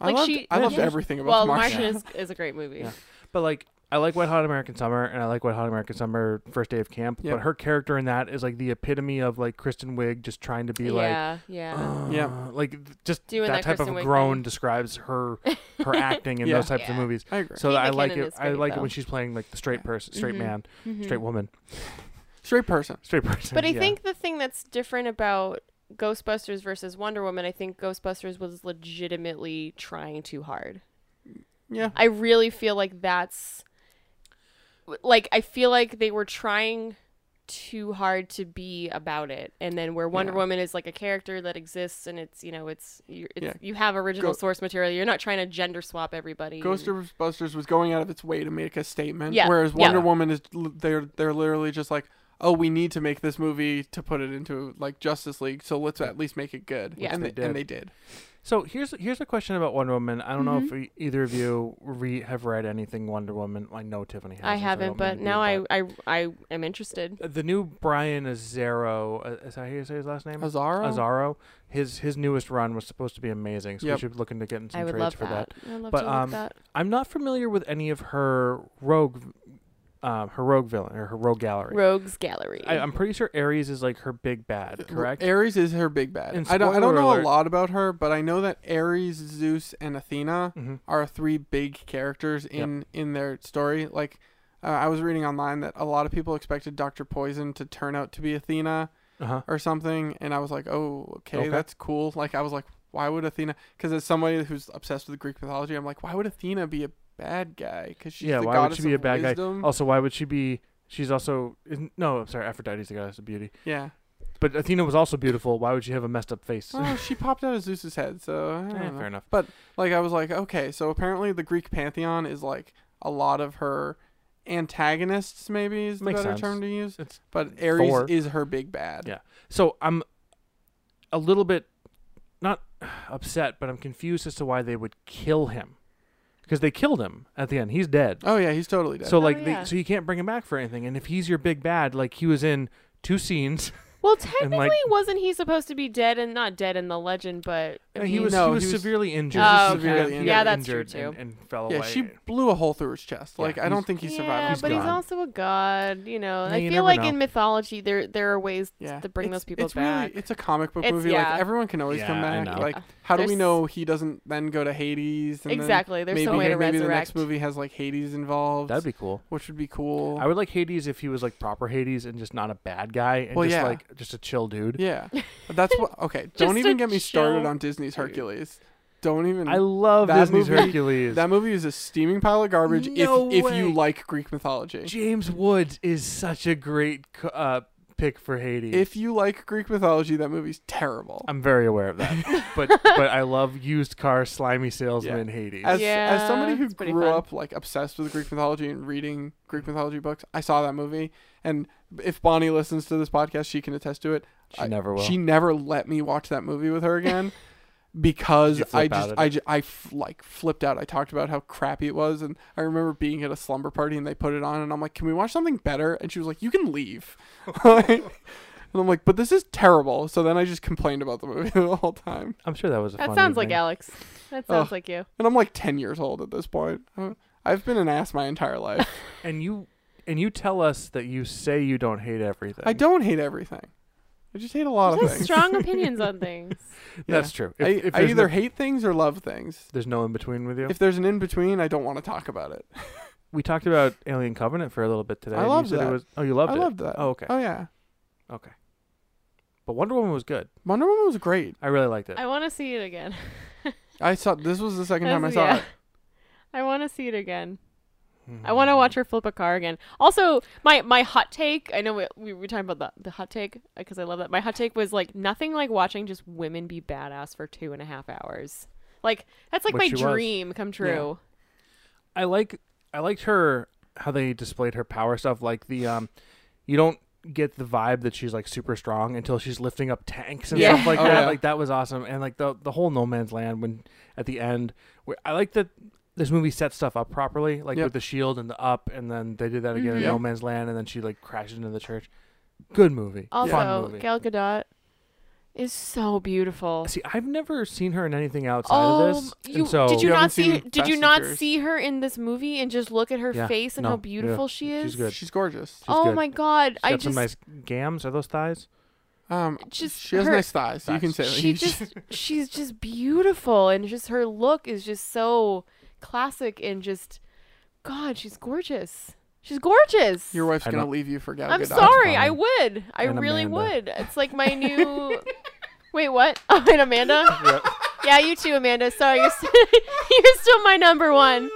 C: I
A: Like,
C: loved,
A: she-
C: I loved
A: yeah.
C: everything about
A: well
C: the Martian.
A: Martian is, is a great movie
B: Yeah. But like, I like Wet Hot American Summer, and I like Wet Hot American Summer First Day of Camp.
C: Yep.
B: But her character in that is like the epitome of like Kristen Wiig just trying to be like,
A: yeah yeah
B: "Ugh,"
C: Yeah.
B: like th- just
A: Doing
B: that,
A: that
B: type
A: Kristen
B: of
A: Wiig
B: groan
A: thing.
B: describes her her acting in
C: Yeah.
B: those types of
A: Yeah.
B: movies.
C: I agree.
B: So
A: Kate
B: that I like
A: McKinnon
B: it.
A: is
B: I
A: great,
B: like it
A: though.
B: when she's playing like the straight person, straight
A: Mhm.
B: man, straight
A: Mhm.
B: woman,
C: Straight person.
B: straight person.
A: But I
B: yeah.
A: think the thing that's different about Ghostbusters versus Wonder Woman, I think Ghostbusters was legitimately trying too hard.
C: Yeah.
A: I really feel like that's like I feel like they were trying too hard to be about it, and then where Wonder
C: Yeah.
A: Woman is like a character that exists, and it's you know it's you it's,
C: Yeah.
A: you have original
C: Go-
A: source material. You're not trying to gender swap everybody. and-
C: Ghostbusters was going out of its way to make a statement,
A: Yeah,
C: whereas
A: yeah.
C: Wonder Woman is l- they're they're literally just like, oh, we need to make this movie to put it into like Justice League, so let's at least make it good.
A: Yeah.
C: and
B: Which
C: they,
B: they
C: and they did.
B: So here's here's a question about Wonder Woman. I don't know
A: Mm-hmm.
B: if e- either of you re- have read anything Wonder Woman. I know Tiffany. Hasn't,
A: I
B: so
A: haven't,
B: don't mean
A: but
B: to be
A: now
B: a
A: I,
B: bot.
A: I I am interested.
B: the new Brian Azaro. uh, Is that how you say his last name?
C: Azara.
B: Azaro. His his newest run was supposed to be amazing, so
C: Yep.
B: we should be looking to getting some
A: I would
B: trades
A: love
B: for
A: that. I would love
B: But,
A: to
B: um,
A: look that.
B: I'm not familiar with any of her rogue, uh, her rogue villain or her rogue gallery.
A: Rogues Gallery.
B: I, I'm pretty sure Ares is like her big bad, correct?
C: Ares is her big bad.
B: And
C: I don't, I
B: spoiler
C: don't know
B: alert-
C: a lot about her, but I know that Ares, Zeus, and Athena
B: hmm
C: are three big characters in in their story. Like, uh, I was reading online that a lot of people expected Doctor Poison to turn out to be Athena
B: Uh-huh.
C: or something, and I was like, oh, okay,
B: Okay.
C: that's cool. Like, I was like, why would Athena? Because as somebody who's obsessed with Greek mythology, I'm like, why would Athena be a bad guy? Because she's
B: Yeah,
C: the
B: why would
C: goddess
B: she be a
C: of
B: bad guy? Oh.
C: wisdom.
B: Also, why would she be? She's also isn't- no. I'm sorry, Aphrodite's the goddess of beauty,
C: Yeah.
B: but Athena was also beautiful. Why would she have a messed up face?
C: Well, she popped out of Zeus's head, so I don't
B: Eh,
C: know.
B: fair enough.
C: like I was like, okay, so apparently the Greek pantheon is like a lot of her antagonists, maybe is the
B: Makes
C: better
B: sense.
C: term to use.
B: It's-
C: but Ares
B: Thor.
C: is her big bad.
B: Yeah. So I'm a little bit not upset, but I'm confused as to why they would kill him because they killed him at the end. He's dead.
C: Oh yeah, he's totally dead.
B: So
A: Oh,
B: like,
A: yeah.
B: they, so you can't bring him back for anything. And if he's your big bad, like he was in two scenes,
A: well,
B: and,
A: technically,
B: like-
A: wasn't he supposed to be dead and not dead in the legend? But I
B: he
A: mean-
B: was
C: No,
B: he was
C: he was-
B: severely injured.
A: Oh,
B: He got-
C: okay.
B: he got
A: Yeah, that's true,
B: injured and-
A: too.
B: And, fell
C: yeah,
B: away.
C: she blew a hole through his chest.
B: Yeah,
C: like I
B: he's-
C: don't think he
A: Yeah,
C: survived.
A: but he's
B: gone.
A: also a god. You know,
B: Yeah,
A: I
B: you
A: feel
B: never
A: like
B: know.
A: in mythology, there there are ways
C: yeah,
A: to bring
C: it's-
A: those people
C: it's
A: back.
C: Really, it's a comic book
A: It's-
C: movie.
A: yeah.
C: Like everyone can always come
B: Yeah, I
C: back.
B: know.
C: Like how do we
A: There's-
C: know he doesn't then go to Hades? And then
A: exactly. There's
C: maybe
A: some way to
C: maybe
A: resurrect.
C: the next movie has like Hades involved,
B: That'd be cool.
C: which would be cool.
B: I would like Hades if he was like proper Hades and just not a bad guy and
C: Well,
B: just
C: yeah.
B: like just a chill dude.
C: Yeah. That's what Okay,
A: Just
C: don't even
A: a
C: get me started
A: chill
C: on Disney's
A: dude.
C: Hercules. Don't even
B: I love
C: That
B: Disney's
C: movie-
B: Hercules.
C: That movie is a steaming pile of garbage
B: No
C: if if
B: way.
C: you like Greek mythology.
B: James Woods is such a great c- uh, pick for Hades.
C: If you like Greek mythology, that movie's terrible.
B: I'm very aware of that, but but I love used car slimy salesman Hades.
C: As as
A: Yeah,
C: somebody who
A: it's pretty
C: grew
A: fun.
C: up like obsessed with Greek mythology and reading Greek mythology books, I saw that movie and if Bonnie listens to this podcast, she can attest to it.
B: she
C: I-
B: never will.
C: She never let me watch that movie with her again because
B: You flip
C: I
B: out
C: just
B: at
C: I, ju- I f- like flipped out. I talked about how crappy it was, and I remember being at a slumber party and they put it on, and I'm like, "Can we watch something better?" And she was like, "You can leave." and I'm like, "But this is terrible." So then I just complained about the movie the whole time,
B: I'm sure that was a
A: That
B: fun
A: sounds like
B: evening.
A: Alex. That sounds
C: Ugh.
A: like you.
C: and I'm like 10 years old at this point. Uh, I've been an ass my entire life.
B: And you and you tell us that you say you don't hate everything.
C: I don't hate everything. I just hate a lot
A: You
C: of
A: have
C: things.
A: strong opinions on things.
B: That's
C: Yeah.
B: true.
C: I,
B: If, if
C: I
B: there's
C: either
B: no,
C: hate things or love things.
B: there's no in between with you.
C: If there's an in between, I don't want to talk about it.
B: we talked about Alien Covenant for a little bit today.
C: I
B: and you
C: loved
B: said It
C: that.
B: was, oh, you loved
C: I
B: it.
C: loved that.
B: Oh, okay.
C: Oh yeah.
B: But Wonder Woman was good.
C: Wonder Woman was great.
B: I really liked it.
A: I want to see it again.
C: I saw this was the second time I
A: That's-
C: saw
A: yeah.
C: it.
A: I want to see it again. I want to watch her flip a car again. Also, my my hot take. I know we we were talking about the the hot take because I love that. My hot take was like nothing like watching just women be badass for two and a half hours. Like that's like
B: Which she
A: my
B: was.
A: dream come true.
B: I like I liked her how they displayed her power stuff. Like the um, you don't get the vibe that she's like super strong until she's lifting up tanks and
A: Yeah.
B: stuff like
C: Oh,
B: that.
C: yeah.
B: Like that was awesome. And like the the whole no man's land when at the end, where I like that this movie sets stuff up properly, like
C: Yep. Mm-hmm.
B: with the shield and the up, and then they did that again in
A: Mhm.
B: no
C: Yep.
B: man's land, and then she like crashes into the church. Good movie. Fun
A: Also,
B: movie.
A: Gal Gadot is so beautiful.
B: See, I've never seen her in anything outside
A: Oh,
B: of this,
A: m- you,
B: and so
A: did you,
C: You haven't
A: not see?
C: seen
A: Did
C: Fast
A: you
C: and
A: not
C: Furious?
A: see her in this movie and just look at her
B: Yeah,
A: face and
B: no,
A: how
B: yeah,
A: beautiful she is?
B: she's good.
C: She's gorgeous.
B: She's
A: oh
B: good.
A: my god!
B: She's
A: I
B: got
A: just
B: some nice gams. Are those thighs?
C: Um,
A: Just
C: she has
A: her-
C: nice thighs. so You can say that.
A: she just she's just beautiful and just her look is just so classic and just god she's gorgeous she's gorgeous
C: your wife's
B: I
C: gonna
B: don't-
C: leave you for Gal
A: i'm
C: Gadot.
A: sorry i
B: fine.
A: would i
B: And
A: really would
B: Amanda.
A: it's like my new wait what oh and amanda yeah you too amanda sorry you're, st- you're still my number one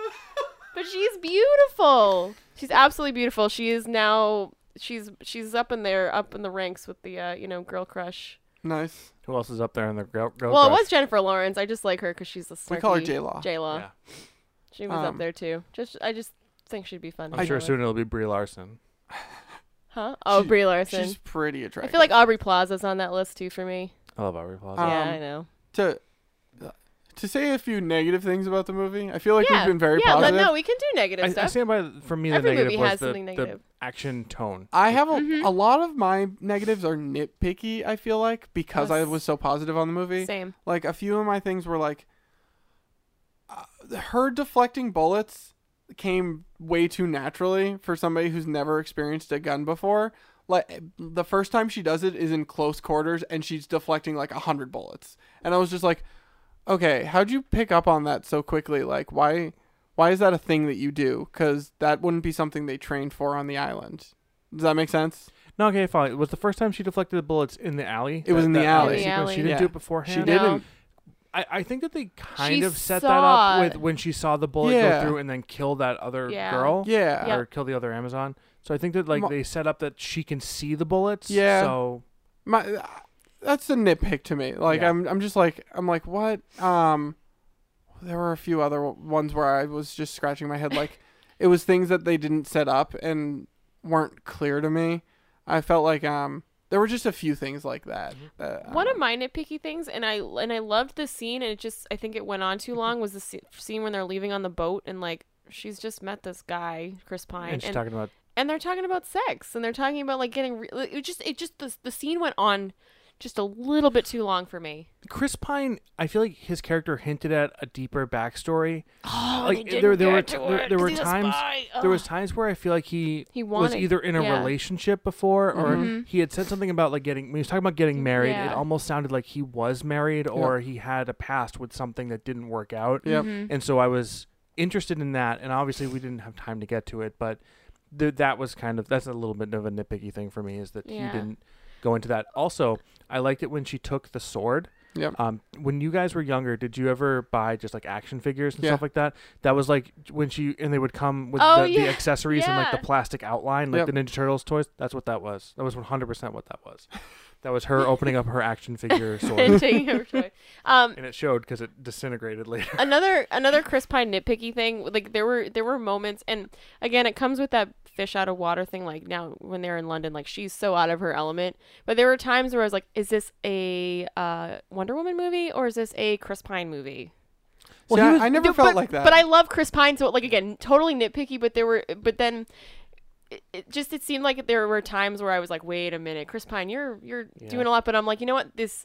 A: but she's beautiful she's absolutely beautiful she is now she's she's up in there up in the ranks with the uh, you know girl crush
C: Nice.
B: Who else is up there in the girl? girl
A: well, it
B: crush?
A: was Jennifer Lawrence. I just like her because she's a snarky.
C: We call her J Law.
A: J-Law.
B: Yeah.
A: She was up
C: Um,
A: there too. Just I just think she'd be fun.
B: I'm
A: to play
B: sure
A: with.
B: soon it'll be Brie Larson.
A: Huh? Oh,
C: She-
A: Brie Larson.
C: She's pretty
A: I
C: attractive.
A: feel like Aubrey Plaza's on that list too for me.
B: I love Aubrey Plaza.
C: Um,
A: yeah, I know.
C: to to say a few negative things about the movie. I feel like
A: yeah.
C: we've been very
A: yeah,
C: positive.
A: But no, we can do negative
B: I, I
A: stuff.
B: stand by th- for me the
A: Every
B: negative
A: movie
B: was
A: has
B: the,
A: something
B: the
A: negative.
B: action tone.
C: I have a,
A: Mhm.
C: a lot of my negatives are nitpicky. I feel like because I
A: Yes.
C: was so positive on the movie.
A: Same.
C: Like a few of my things were like uh, her deflecting bullets came way too naturally for somebody who's never experienced a gun before. Like the first time she does it is in close quarters and she's deflecting like a hundred bullets, and I was just like, okay, how'd you pick up on that so quickly? Like why? Why is that a thing that you do? Because that wouldn't be something they trained for on the island. Does that make sense?
B: No, okay, fine. It was the first time she deflected the bullets in the alley.
C: It was in the alley.
A: In the
B: sequence.
A: alley.
B: She didn't
C: Yeah.
B: do it
C: She
B: beforehand.
A: No.
C: didn't.
B: I, I think that they kind
A: She
B: of set that up
A: saw
B: with
A: it.
B: when she saw the bullet
C: Yeah.
B: go through and then kill that other
A: Yeah.
B: girl
C: Yeah.
A: Yeah.
B: or kill the other Amazon. So I think that like
C: Mo-
B: they set up that she can see the bullets.
C: Yeah.
B: So
C: my that's a nitpick to me. Like
B: Yeah.
C: I'm I'm just like I'm like what um there were a few other ones where I was just scratching my head like it was things that they didn't set up and weren't clear to me. I felt like um there were just a few things like that.
B: Mm-hmm.
C: Uh,
A: One of my nitpicky things, and I and I loved the scene, and it just I think it went on too long. Was the sce- scene when they're leaving on the boat, and like she's just met this guy, Chris Pine,
B: and she's talking about
A: and they're talking about sex and they're talking about like getting re- like, it just it just the, the scene went on just a little bit too long for me
B: Chris Pine. I feel like his character hinted at a deeper backstory.
A: oh
B: Like, eh, there- there were t- there- there were times- There was times where I feel like he
A: he
B: was
A: wanted
B: either in a
A: yeah.
B: relationship before or
A: Mhm.
B: he had said something about like getting when he was talking about getting married it
A: Yeah.
B: almost sounded like he was married or he had a past with something that didn't work out
C: Yep.
A: Mhm.
B: and so i was interested in that and obviously we didn't have time to get to it but th- that was kind of that's a little bit of a nitpicky thing for me is that
A: Yeah.
B: he didn't go into that also i liked it when she took the sword
C: Yep.
B: um, when you guys were younger did you ever buy just like action figures and
C: Yeah.
B: stuff like that that was like when she and they would come with
A: Oh,
B: the, the
A: yeah.
B: accessories and like
A: Yeah.
B: the plastic outline like
C: Yep.
B: the ninja turtles toys that's what that was that was 100% what that was that was her opening up her action figure
A: and
B: sword
A: taking her toy. Um,
B: and it showed because it disintegrated later
A: another another Chris Pine nitpicky thing. Like there were there were moments, and again, it comes with that fish out of water thing. Like now, when they're in London, like she's so out of her element. But there were times where I was like, "Is this a uh, Wonder Woman movie or is this a Chris Pine movie?"
C: See,
B: he
C: I,
B: was-
C: I never
A: Yeah,
C: felt
A: but,
C: like that.
A: But I love Chris Pine, so like again, totally nitpicky. But there were, but then. It, it just it seemed like there were times where I was like, wait a minute, Chris Pine, you're you're
B: Yeah.
A: doing a lot, but I'm like, you know what, this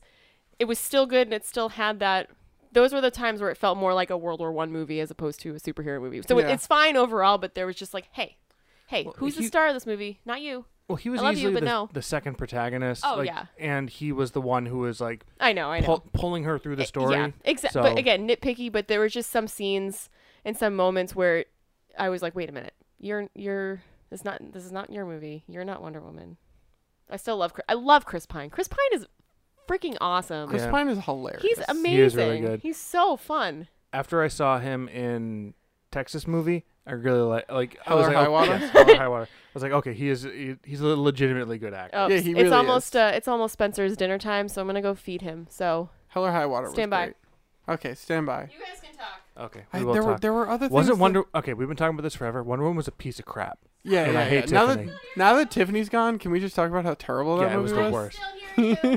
A: it was still good and it still had that. Those were the times where it felt more like a World War One movie as opposed to a superhero movie. So it-
C: Yeah.
A: it's fine overall, but there was just like, hey, hey,
B: Well,
A: who's
B: he-
A: the star of this movie? Not you.
B: well he was
A: I love you,
B: easily
A: but
B: the,
A: no.
B: the second protagonist
A: Oh,
B: like,
A: yeah.
B: and he was the one who was like
A: I know, I know.
B: pull, pulling her through the story
A: Eh, Yeah, exactly.
B: So-
A: But again, nitpicky. But there was just some scenes and some moments where I was like, "Wait a minute, you're you're this not this is not your movie. You're not Wonder Woman." I still love Chris. I love Chris Pine. Chris Pine is freaking awesome.
C: Chris
B: Yeah.
C: Pine is hilarious.
A: He's amazing.
B: He is really good.
A: He's so fun.
B: after I saw him in Texas movie, I really like like I
C: Hell
B: was
C: or
B: like
C: High
B: oh,
C: Water?
B: yes, Hell or High Water. I was like, okay, he is he, he's a legitimately good actor.
A: Oh,
C: Yeah, he really
A: it's almost
C: is.
A: Uh, it's almost Spencer's dinner time, so I'm gonna go feed him. So
C: Hell or High Water.
A: Stand
C: was
A: by.
C: Great. Okay, stand by.
A: you guys can talk.
B: Okay, we
C: I,
B: will
C: there were
B: talk.
C: there were other
B: Wasn't
C: things that-
B: Wonder okay? We've been talking about this forever. Wonder Woman was a piece of crap.
C: Yeah,
B: And
C: yeah,
B: I
C: yeah.
B: hate
C: now
B: Tiffany.
C: That, now that Tiffany's gone, can we just talk about how terrible that
B: yeah, it was
C: movie
B: the worst.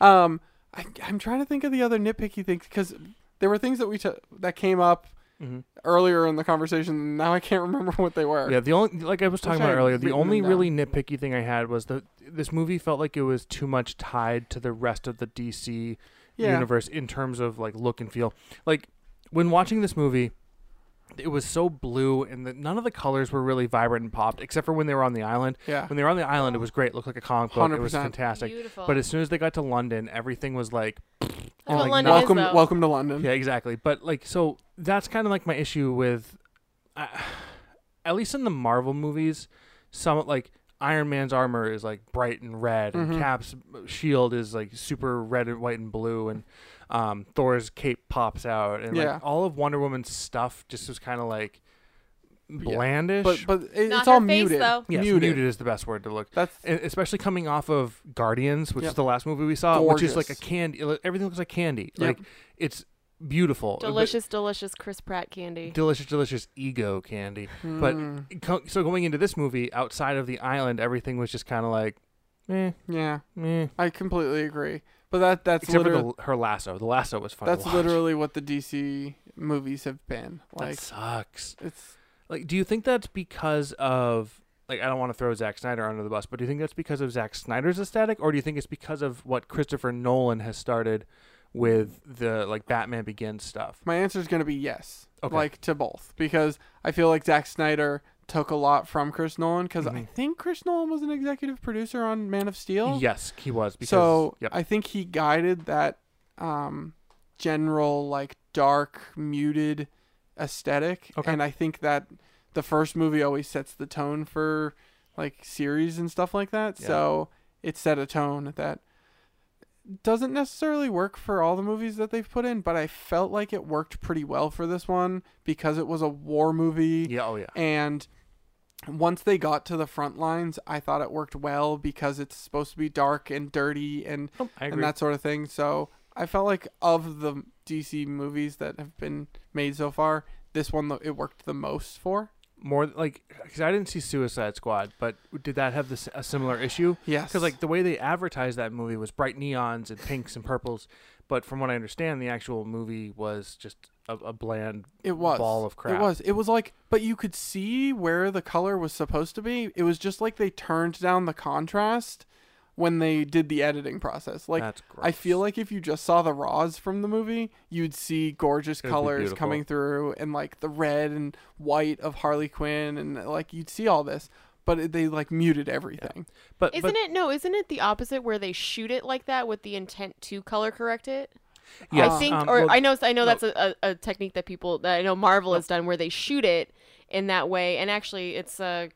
C: Um, I, I'm trying to think of the other nitpicky things because there were things that we took that came up
B: Mhm.
C: earlier in the conversation. And now I can't remember what they were.
B: Yeah, the only like I was talking
C: I
B: about
C: had
B: earlier, the
C: written
B: only
C: them
B: really nitpicky thing I had was that this movie felt like it was too much tied to the rest of the DC
C: Yeah.
B: universe in terms of like look and feel. Like when watching this movie, it was so blue and the, none of the colors were really vibrant and popped except for when they were on the island.
C: Yeah.
B: When they were on the island, it was great. It looked like a comic book. It was
C: 100%.
B: fantastic.
A: Beautiful.
B: But as soon as they got to London, everything was like,
A: That's what
B: like,
A: London
C: welcome,
A: is, though.
C: welcome to London.
B: yeah, exactly. But like, so that's kind of like my issue with, uh, at least in the Marvel movies, some like Iron Man's armor is like bright and red,
C: Mhm.
B: and Cap's shield is like super red and white and blue, and um, Thor's cape pops out, and
C: Yeah.
B: like all of Wonder Woman's stuff just was kind of like blandish.
C: But but it,
A: Not
C: it's all
A: her face,
C: muted.
A: though.
B: Yes,
C: muted.
B: muted. is the best word to look.
C: That's
B: And especially coming off of Guardians, which
C: Yep.
B: is the last movie we saw, which is like a
C: Gorgeous.
B: candy. Everything looks like candy.
C: Yep.
B: Like it's beautiful, but-
A: Delicious, delicious Chris Pratt candy.
B: delicious, delicious ego candy. But
C: Mm,
B: Co- so going into this movie, outside of the island, everything was just kind of like, eh,
C: yeah,
B: eh.
C: I completely agree. But that that's
B: Except for
C: literally
B: the, her lasso. The lasso was fun. to
C: that's
B: watch.
C: literally what the DC movies have been like.
B: that sucks.
C: It's
B: Like, do you think that's because of like I don't want to throw Zack Snyder under the bus, but do you think that's because of Zack Snyder's aesthetic, or do you think it's because of what Christopher Nolan has started with the like Batman Begins stuff?
C: my answer is going to be yes,
B: Okay.
C: like to both because I feel like Zack Snyder took a lot from Chris Nolan because I
B: Mhm.
C: think Chris Nolan was an executive producer on Man of Steel.
B: Yes, he was because
C: so
B: yep.
C: I think he guided that um, general like dark muted aesthetic,
B: Okay.
C: and I think that the first movie always sets the tone for like series and stuff like that.
B: Yeah.
C: So it set a tone that doesn't necessarily work for all the movies that they've put in, but I felt like it worked pretty well for this one because it was a war movie.
B: yeah, oh yeah,
C: And once they got to the front lines, I thought it worked well because it's supposed to be dark and dirty and,
B: Oh, I agree.
C: and that sort of thing. So I felt like of the DC movies that have been made so far, this one lo- it worked the most for.
B: More like because I didn't see Suicide Squad, but did that have this a similar issue?
C: Yes,
B: Because like the way they advertised that movie was bright neons and pinks and purples, but from what I understand, the actual movie was just a, a bland.
C: it was
B: ball of crap.
C: It was. It was like, but you could see where the color was supposed to be. It was just like they turned down the contrast when they did the editing process. Like
B: That's gross.
C: I feel like if you just saw the raws from the movie, you'd see gorgeous
B: It'd be
C: colors
B: beautiful.
C: coming through and like the red and white of Harley Quinn and like you'd see all this, but it- they like muted everything.
B: but
A: Isn't
B: but
A: it no? Isn't it the opposite where they shoot it like that with the intent to color correct it?
B: yes,
A: I think,
B: um,
A: or
B: well,
A: I know, I know that's a, a, a technique that people that I know Marvel has done where they shoot it in that way, and actually it's a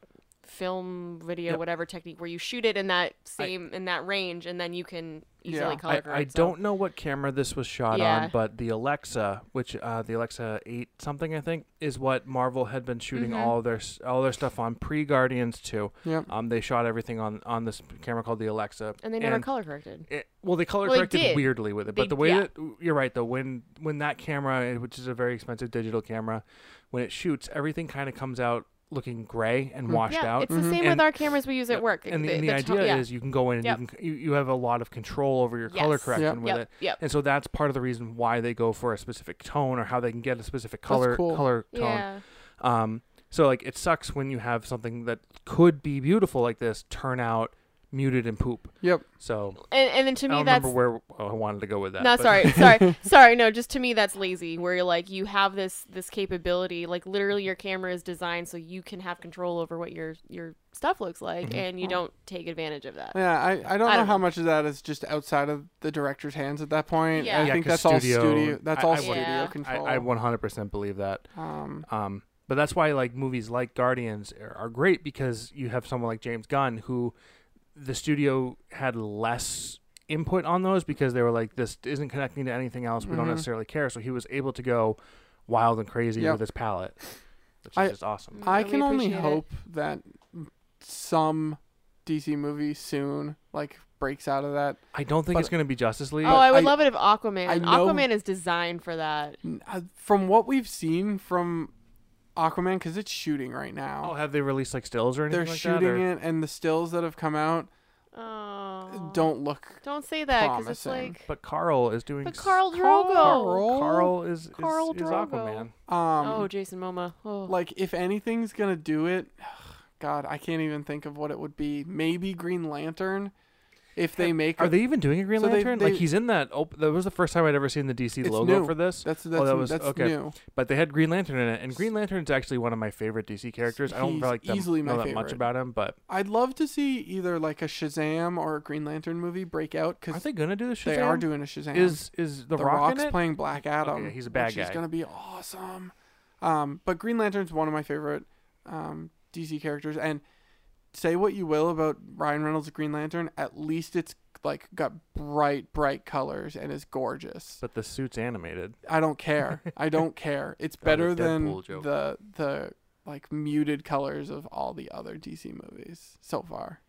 A: film video
B: Yep.
A: whatever technique where you shoot it in that same in that range, and then you can easily
C: Yeah.
A: color
B: I,
A: correct.
B: I
A: some.
B: don't know what camera this was shot
A: Yeah.
B: on, but the Alexa, which uh, the Alexa eight something I think, is what Marvel had been shooting
A: Mhm.
B: all their s- all their stuff on pre Guardians two.
C: Yep.
B: Um, they shot everything on on this camera called the Alexa,
A: and they never color corrected.
B: it, well, they color
A: Well, they
B: corrected
A: did.
B: weirdly with it,
A: They-
B: but the way
A: yeah.
B: that you're right though, when when that camera, eh, which is a very expensive digital camera, when it shoots, everything kind of comes out looking gray and washed
A: Mm-hmm. yeah,
B: out. Mm-hmm,
A: it's the same with
B: And-
A: our cameras we use at work.
B: and the,
A: The-
B: and the
A: the to-
B: idea
A: yeah.
B: is you can go in and you, can, you you have a lot of control over your color
A: Yes.
B: correction
C: Yep.
B: with
A: yep,
B: it.
A: yep.
B: And so that's part of the reason why they go for a specific tone or how they can get a specific color
C: cool.
B: color tone.
A: Yeah,
B: Um, so like it sucks when you have something that could be beautiful like this turn out muted and poop.
C: Yep.
B: So
A: and and then to
B: I
A: me
B: don't
A: that's
B: remember where oh, I wanted to go with that.
A: no
B: but-
A: sorry sorry sorry no just to me that's lazy where you're like you have this this capability like literally your camera is designed so you can have control over what your your stuff looks like
B: Mm-hmm.
A: and you don't take advantage of that
C: Yeah, I, I don't know
A: I don't know.
C: how much of that is just outside of the director's hands at that point.
A: Yeah.
C: I
A: Yeah,
C: think
B: 'cause
C: that's all
B: studio-
C: studio. That's
B: I-
C: all
B: I would-
C: studio
A: Yeah.
B: I,
C: control.
B: I 100% believe that.
C: um,
B: Um, but that's why like movies like Guardians are, are great because you have someone like James Gunn who the studio had less input on those because they were like this isn't connecting to anything else. We
A: Mm-hmm.
B: don't
C: Mhm.
B: necessarily care. So he was able to go wild and crazy
C: Yep.
B: with his palette, which is
C: I-
B: just awesome.
A: Mm.
C: I
A: and we
C: can only
A: appreciate it.
C: hope that some DC movie soon like breaks out of that
B: I don't think
C: But-
B: it's going to be Justice League.
A: oh i would
C: I-
A: love it if
C: I
A: aquaman
C: know-
A: aquaman is designed for that
C: N- uh, from what we've seen from Aquaman, because it's shooting right
B: Oh,
C: now.
B: have they released like stills or anything
C: They're
B: like that?
C: shooting
B: or-
C: it, and the stills that have come out
A: oh
C: don't look.
A: don't say that because it's
C: promising.
A: like
B: But Carl is doing.
A: but
B: s-
A: carl drogo
C: Carl-
B: Carl is is,
A: Carl
B: is
A: Drogo.
B: Aquaman.
C: Um,
A: oh jason moma oh
C: like if anything's gonna do it, God, I can't even think of what it would be. Maybe Green Lantern, if they make.
B: Are
C: a-
B: they even doing a Green
C: So they-
B: Lantern? like
C: they-
B: he's in that. Op- that was the first time I'd ever seen the DC
C: It's
B: logo
C: new.
B: for this.
C: That's that's
B: Oh, that was-
C: that's
B: okay.
C: new.
B: But they had Green Lantern in it, and Green Lantern's actually one of my favorite DC characters. I don't
C: He's
B: like them,
C: easily my
B: know that much
C: favorite.
B: about him, but
C: I'd love to see either like a Shazam or a Green Lantern movie break out
B: are
C: because
B: they gonna do the Shazam?
C: they are doing a Shazam.
B: Is is the,
C: the
B: Rock
C: Rock's
B: in it?
C: playing Black Adam.
B: yeah, he's a bad
C: which Is
B: guy.
C: gonna be awesome. Um, but Green Lantern's one of my favorite um, DC characters, and say what you will about Ryan Reynolds' Green Lantern, at least it's like got bright, bright colors and is gorgeous.
B: But the suit's animated.
C: I don't care. I don't care. It's
B: That was
C: better
B: a
C: than
B: Deadpool joke.
C: the the like muted colors of all the other DC movies so far.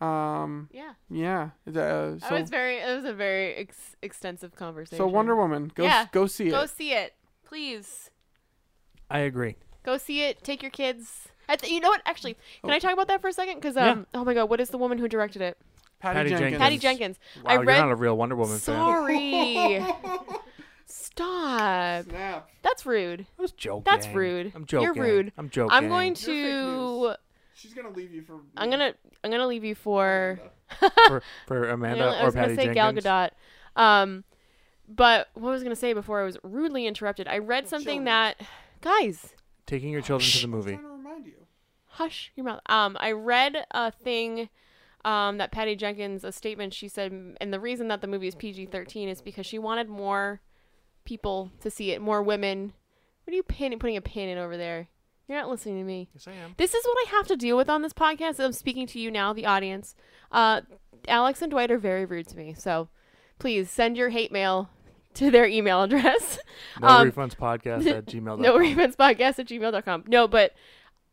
C: Um,
A: Yeah.
C: yeah. it, uh,
A: I
C: so
A: was very. It was a very ex- extensive conversation.
C: so Wonder Woman, go
A: Yeah,
C: go see
A: Go
C: it.
A: see it, please.
B: I agree.
A: Go see it. Take your kids. I th- you know what? Actually, can I talk about that for a second? Because
B: Oh. Yeah.
A: um, oh my god, what is the woman who directed it?
C: Patty,
B: Patty
C: Jenkins.
A: Patty
B: Jenkins.
A: Jenkins.
B: Wow,
A: I
B: you're
A: read.
B: not a real Wonder Woman fan.
A: Sorry. Stop.
C: Snap.
A: That's rude.
B: I was joking.
A: That's rude.
B: I'm joking.
A: You're rude.
B: I'm joking.
A: I'm going
C: You're fake
A: to.
C: news. She's gonna leave you for.
A: I'm gonna. I'm gonna leave you for.
B: for, for Amanda
A: I
B: uh, or
A: was gonna
B: Patty
A: say
B: Jenkins.
A: Gal Gadot. Um, but what I was gonna say before I was rudely interrupted. I read something
C: Children.
A: that, guys,
B: Taking your children to the movie.
C: to remind you.
A: hush your mouth. Um, I read a thing. Um, that Patty Jenkins, a statement she said, and the reason that the movie is PG 13 is because she wanted more people to see it, more women. What are you pin- putting a pin in over there? You're not listening to me.
B: Yes, I am.
A: This is what I have to deal with on this podcast. I'm speaking to you now, the audience. Uh, Alex and Dwight are very rude to me, so please send your hate mail to their email address.
B: No
A: Um,
B: refunds podcast at gmail.
A: no podcast at gmail.com. No, but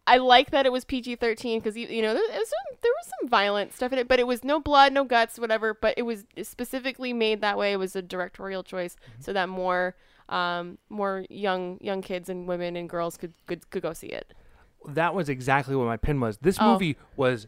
A: I like that it was PG 13 because, you, you know, there, it was some, there was some violent stuff in it, but it was no blood, no guts, whatever. But it was specifically made that way. It was a directorial choice
B: Mm-hmm.
A: so that more. Um, more young young kids and women and girls could could, could go see it.
B: That was exactly what my pin was. This
A: Oh.
B: movie was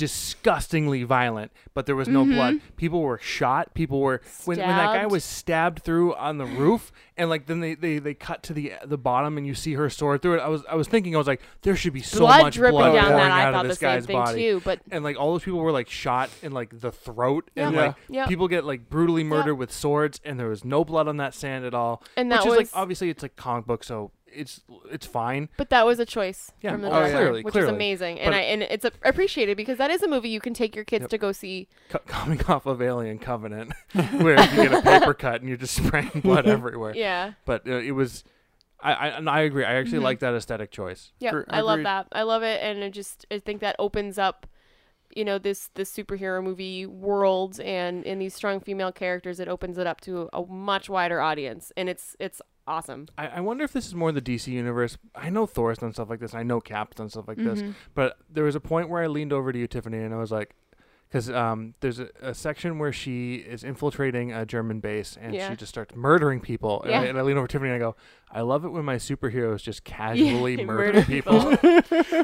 B: disgustingly violent, but there was no blood. People were shot. People were when, when that
A: Mm-hmm.
B: guy
A: Stabbed.
B: was stabbed through on the roof, and like then they, they, they cut to the the bottom, and you see her sword through it. I was I was thinking I was like, there should be so
A: blood
B: much
A: dripping
B: blood
A: down
B: pouring
A: that. I
B: out
A: thought the
B: of this
A: same
B: guy's
A: thing
B: body.
A: too, but
B: and like all those people were like shot in like the throat and
C: Yeah.
B: like
A: Yeah.
B: people get like brutally murdered with swords and there was no blood on that sand at all
A: And
B: which
A: that
B: is like
A: was-
B: obviously it's like comic book so it's it's fine
A: But that was a choice
B: Yeah,
A: from the
C: oh,
A: director,
B: clearly,
A: which
B: clearly.
A: is amazing, and
B: But-
A: I and it's a, appreciated because that is a movie you can take your kids
B: Yep.
A: to go see.
B: Co- coming off of Alien Covenant where you get a paper cut and you're just spraying blood everywhere
A: Yeah,
B: but uh, it was I, I and I agree I actually like that aesthetic choice
A: yeah,
C: Gr-
A: I love
C: agreed.
A: that. I love it, and I just I think that opens up, you know, this this superhero movie world and in these strong female characters, it opens it up to a much wider audience, and it's it's awesome.
B: I, I wonder if this is more the DC universe. I know Thor's done stuff like this. I know Cap's done stuff like
A: Mm-hmm.
B: this. But there was a point where I leaned over to you, Tiffany, and I was like, because um, there's a, a section where she is infiltrating a German base and
A: Yeah.
B: she just starts murdering people. And, I,
A: Yeah.
B: and I lean over to Tiffany and I go, I love it when my superheroes just casually
A: Yeah,
B: murder,
A: murder
B: people.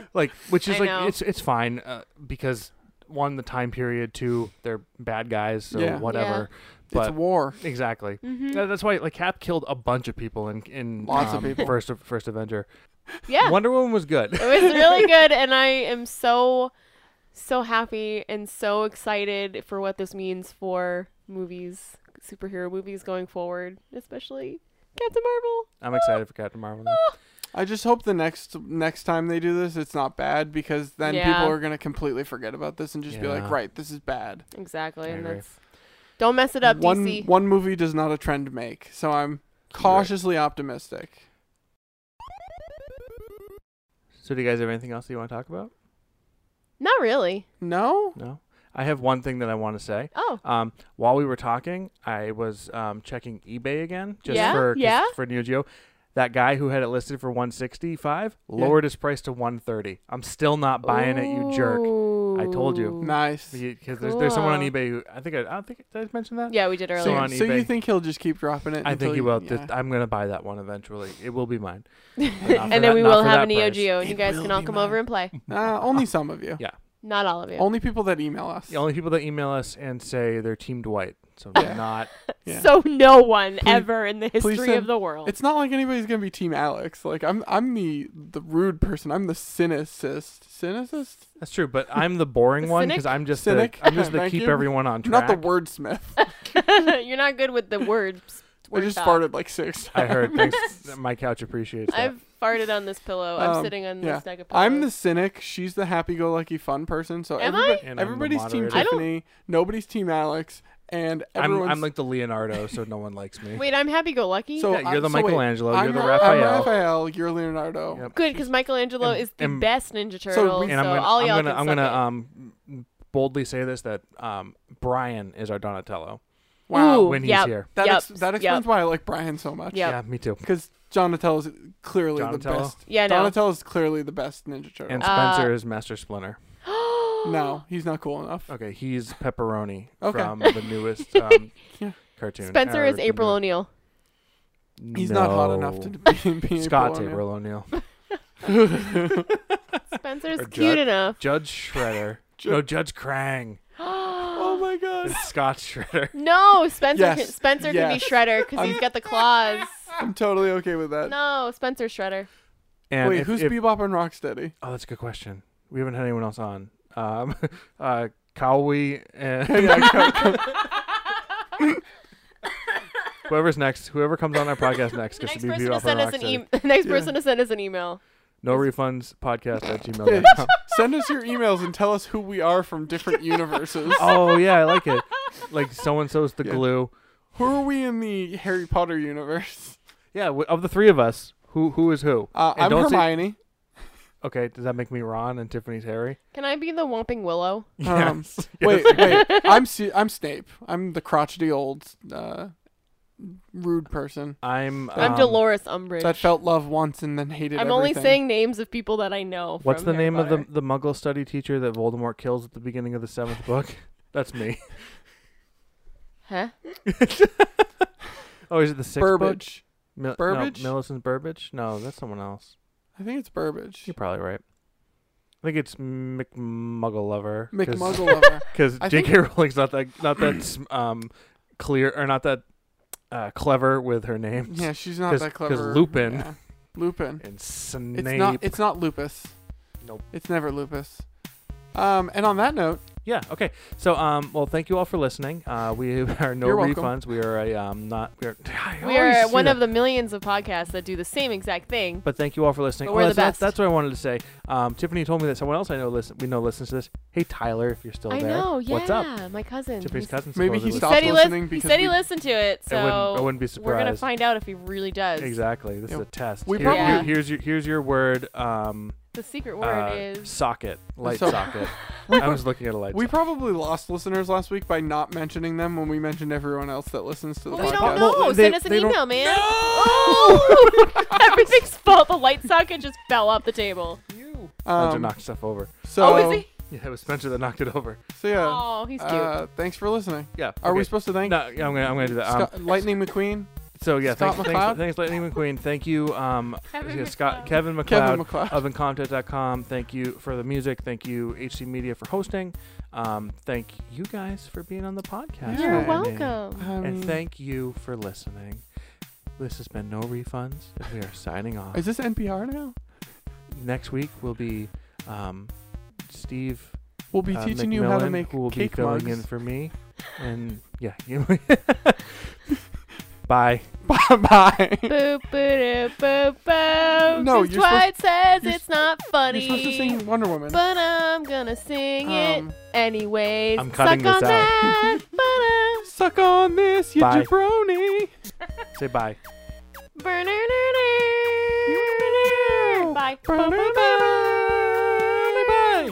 B: like, which is
A: I
B: like,
A: know.
B: it's it's fine uh, because one, the time period, two, they're bad guys, so
C: Yeah.
B: whatever.
C: It's war.
B: Exactly.
A: Mm-hmm.
B: That- That's why like Cap killed a bunch of people in in
C: Lots of
B: um,
C: people.
B: First First Avenger.
A: Yeah,
B: Wonder Woman was good.
A: it was really good, and I am so so happy and so excited for what this means for movies, superhero movies going forward, especially Captain Marvel.
B: I'm excited for Captain Marvel. now.
C: I just hope the next next time they do this, it's not bad because then
A: Yeah.
C: people are gonna completely forget about this and just be
B: Yeah.
C: like, right, this is bad.
A: Exactly,
B: I
A: and
B: agree.
A: that's don't mess it up,
C: one
A: DC.
C: one movie does not a trend make, so I'm cautiously optimistic.
B: So do you guys have anything else that you want to talk about?
A: Not really.
C: No,
B: No. I have one thing that I want to say.
A: Oh,
B: Um, while we were talking, I was um, checking eBay again just
A: Yeah?
B: for just
A: Yeah?
B: for Neo Geo. That guy who had it listed for 165 lowered his price to 130. I'm still not buying it, you jerk. I told you.
C: nice.
B: Because there's, there's someone on
A: Cool.
B: eBay who I think I, I don't think did I mention that?
A: Yeah, we did
C: So,
B: Still
A: earlier.
B: on
C: so you
B: eBay.
C: think he'll just keep dropping it?
B: I
C: until
B: think he
C: you-
B: will.
C: yeah.
B: Th- I'm gonna buy that one eventually. It will be mine.
A: and then
B: that-
A: we
B: not
A: will
B: for
A: have E
B: that
A: a Neo
B: price.
A: Geo, and you
C: It
A: guys
C: will
A: can all
C: be
A: come
C: mine.
A: over and play.
C: Uh, only some of you.
B: Yeah.
A: Not all of you.
B: Oh,
C: Only people that email us.
B: The only people that email us and say they're Team Dwight, so
C: Yeah.
B: not
C: Yeah.
A: So no one
C: Please-
A: ever in the
C: please
A: history of
C: send-
A: the world.
C: It's not like anybody's gonna be Team Alex. Like I'm, I'm the the rude person. I'm the cynicist. Cynicist?
B: That's true, but I'm the boring
A: The
B: one
A: cynic?
B: because I'm just
C: Cynic?
B: the I'm just the
C: Thank
B: keep
C: you.
B: everyone on
C: Not
B: track.
C: the wordsmith.
A: You're not good with the words.
C: I just
A: workshop.
C: farted like six.
B: I heard. Thanks, my couch appreciates that.
A: I've farted on this pillow. I'm
C: Um,
A: sitting on
C: yeah.
A: this deck of pillows.
C: I'm the cynic. She's the happy-go-lucky fun person. So
A: Am
C: everybo-
B: And I'm the
C: everybody's team
B: moderator. I
A: don't-
C: Tiffany. Nobody's team Alex, and
B: I'm,
C: everyone's.
B: I'm like the Leonardo, so no one likes me.
A: Wait, I'm happy-go-lucky.
C: so
B: Yeah, you're
C: I'm-
B: the
C: so wait,
B: Michelangelo,
C: I'm
B: you're the
C: Ra-
B: Raphael.
C: I'm Raphael. You're Leonardo.
B: Yep.
A: good, because Michelangelo
B: And-
A: is the
B: and-
A: best Ninja Turtle. So,
C: we-
B: and I'm gonna
A: all
B: I'm
A: y'all
B: gonna
A: can
B: I'm
A: suck
B: gonna
A: it.
B: um boldly say this that um Brian is our Donatello
C: Wow.
A: Ooh,
B: when he's
A: yep.
B: here.
C: That
A: Yep.
C: ex- that explains
A: Yep.
C: why I like Brian so much.
A: Yep.
B: Yeah, me too.
C: Because Donatello is clearly
B: Donatello?
C: the best.
A: Yeah, no.
C: Donatello is clearly the best Ninja Turtle.
B: And
A: Uh,
B: Spencer is Master Splinter.
C: no, he's not cool enough.
B: Okay, he's Pepperoni
C: Okay.
B: from the newest um,
C: Yeah.
B: cartoon.
A: Spencer
B: or
A: is
B: the
A: April
B: new-
A: O'Neil.
C: He's not hot enough to be, be
B: Scott's
C: April.
B: April O'Neil.
C: O'Neil.
A: Spencer's
B: Or
A: cute
B: Judd.
A: enough.
B: Judge Shredder.
C: Ju-
B: no, Judge Krang.
C: oh my god.
B: It's Scott Shredder.
A: No, Spencer.
C: Yes.
A: Can, Spencer can be
C: Yes.
A: Shredder because he's
C: I'm-
A: got the claws.
C: I'm totally okay with that.
A: No, Spencer's Shredder.
B: And
C: Wait,
B: if-
C: who's
B: if-
C: Bebop and Rocksteady?
B: Oh, that's a good question. We haven't had anyone else on. Um, uh, Cowie and
C: yeah, co- co-
B: whoever's next, whoever comes on our podcast next gets
A: Next
B: to be
A: person
B: viewed
A: to
B: off our
A: send us
B: rock.
A: an e- next
C: Yeah.
A: person to send us an email.
B: No refunds podcast at gmail.com.
C: Send us your emails and tell us who we are from different universes.
B: oh yeah, I like it. Like so and so's the
C: Yeah.
B: glue.
C: Who are we in the Harry Potter universe?
B: Yeah, w- of the three of us, who who is who?
C: Uh,
B: And
C: I'm
B: don't say-
C: Hermione.
B: okay, does that make me Ron and Tiffany's Harry?
A: Can I be the Whomping Willow?
C: Um,
B: Yes.
C: Wait, wait. I'm Se- I'm Snape. I'm the crotchety old, uh, rude person
B: I'm
A: I'm
B: um,
A: Dolores Umbridge.
C: that felt love once and then hated.
A: I'm only
C: everything.
A: saying names of people that I know.
B: What's
A: from
B: the
A: Harry
B: name
A: Potter.
B: of the the Muggle study teacher that Voldemort kills at the beginning of the seventh book? That's me.
A: Huh?
B: Oh, is it the sixth book?
C: Burbage.
B: Mil-
C: Burbage?
B: No, Millicent Burbage? No, that's someone else.
C: I think it's Burbage.
B: You're probably right. I think it's McMuggle Lover.
C: McMuggle lover.
B: Because
C: I
B: J.K. Rowling's not that not that s- um clear or not that uh, clever with her names.
C: Yeah, she's not
B: 'Cause-
C: that
B: 'cause
C: clever.
B: Lupin.
C: Yeah. Lupin.
B: And Snape.
C: It's not. It's not lupus.
B: Nope.
C: It's never lupus. Um, and on that note,
B: yeah. Okay. So um. Well, thank you all for listening. Uh, we are no
C: You're welcome.
B: refunds. We are a um not. We are. I
A: We
B: always
A: are
B: say
A: one
B: that.
A: of the millions of podcasts that do the same exact thing.
B: But thank you all for listening.
A: But we're
B: Oh,
A: the
B: that's,
A: best.
B: that's what I wanted to say. Um, Tiffany told me that someone else I know listen we know listens to this. Hey Tyler, if you're still
A: I
B: there,
A: know. Yeah,
B: what's up?
A: my cousin.
B: Tiffany's
A: He's-
B: cousin. supposedly
C: Maybe he
A: He
C: Stop
A: said he,
C: listening
A: listened. he
C: because
A: said he
C: we-
A: listened to it, so
B: I wouldn't, I wouldn't be
A: we're gonna
B: surprised.
A: find out if he really does.
B: exactly. This
C: Yeah.
B: is a test.
C: We
B: Here- here-
A: probably-
B: here's your here's your word. Um,
A: The secret word
B: uh,
A: is
B: socket, light
C: So-
B: socket. I was looking at a light.
C: we
B: socket.
C: probably lost listeners last week by not mentioning them when we mentioned everyone else that listens to the
A: Well,
C: podcast.
A: we
B: Well,
A: don't know.
B: they-
A: Send us an
B: they don't-
A: email, man. Everything's fault. The light socket just fell off the table.
B: you. Spencer
C: Um,
B: knocked stuff over.
C: so,
A: oh, is he?
B: Yeah, it was Spencer that knocked it over.
C: So yeah.
A: Oh, he's cute.
C: Uh, thanks for listening.
B: Yeah.
C: Are we
B: okay.
C: supposed to thank
B: No, yeah, I'm gonna I'm gonna do that. Um,
C: Scott- Lightning McQueen,
B: so yeah,
C: Scott
B: thanks, thanks,
C: McCloud?
B: thanks, Lightning McQueen. Thank you, um,
A: Kevin
B: yeah, Scott,
A: McCloud.
B: Kevin McLeod.
C: Kevin McLeod?
B: ovencontent.com. Thank you for the music. Thank you, HC Media, for hosting. Um, thank you guys for being on the podcast.
A: You're
B: with me.
A: welcome.
C: I
B: Oh,
C: mean,
B: And thank you for listening. This has been No Refunds, and we are signing off.
C: Is this NPR now?
B: Next week will be um, Steve
C: We'll be
B: uh,
C: teaching you how to
B: McMillan,
C: make
B: who will be
C: cake
B: filling
C: mugs.
B: in for me. And yeah. you- Bye.
C: bye bye.
A: Boop, boop, boop, boop.
C: No,
A: Since
C: you're supposed-
A: Dwight says
C: you're
A: it's not funny.
C: You're supposed to sing Wonder Woman.
A: But I'm gonna sing
C: Um,
A: it anyways.
B: I'm cutting
A: Suck
B: this
A: on that.
B: out.
A: But
C: Suck on this, you
B: Bye.
C: jabroni.
B: Say
A: I'm...
B: bye.
A: Bye.
C: Bye bye bye. bye.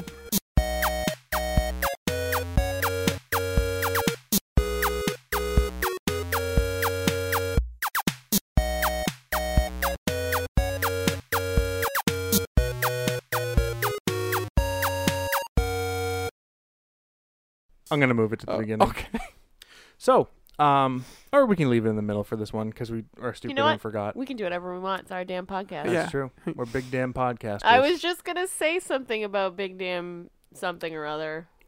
B: I'm gonna move it to the
C: Oh,
B: beginning.
C: okay.
B: So, um, or we can leave it in the middle for this one because we are stupid
A: know
B: and
A: what?
B: forgot.
A: We can do whatever we want. It's our damn podcast.
B: That's
C: Yeah.
B: true. We're big damn podcasters.
A: I was just gonna say something about Big Damn something or other.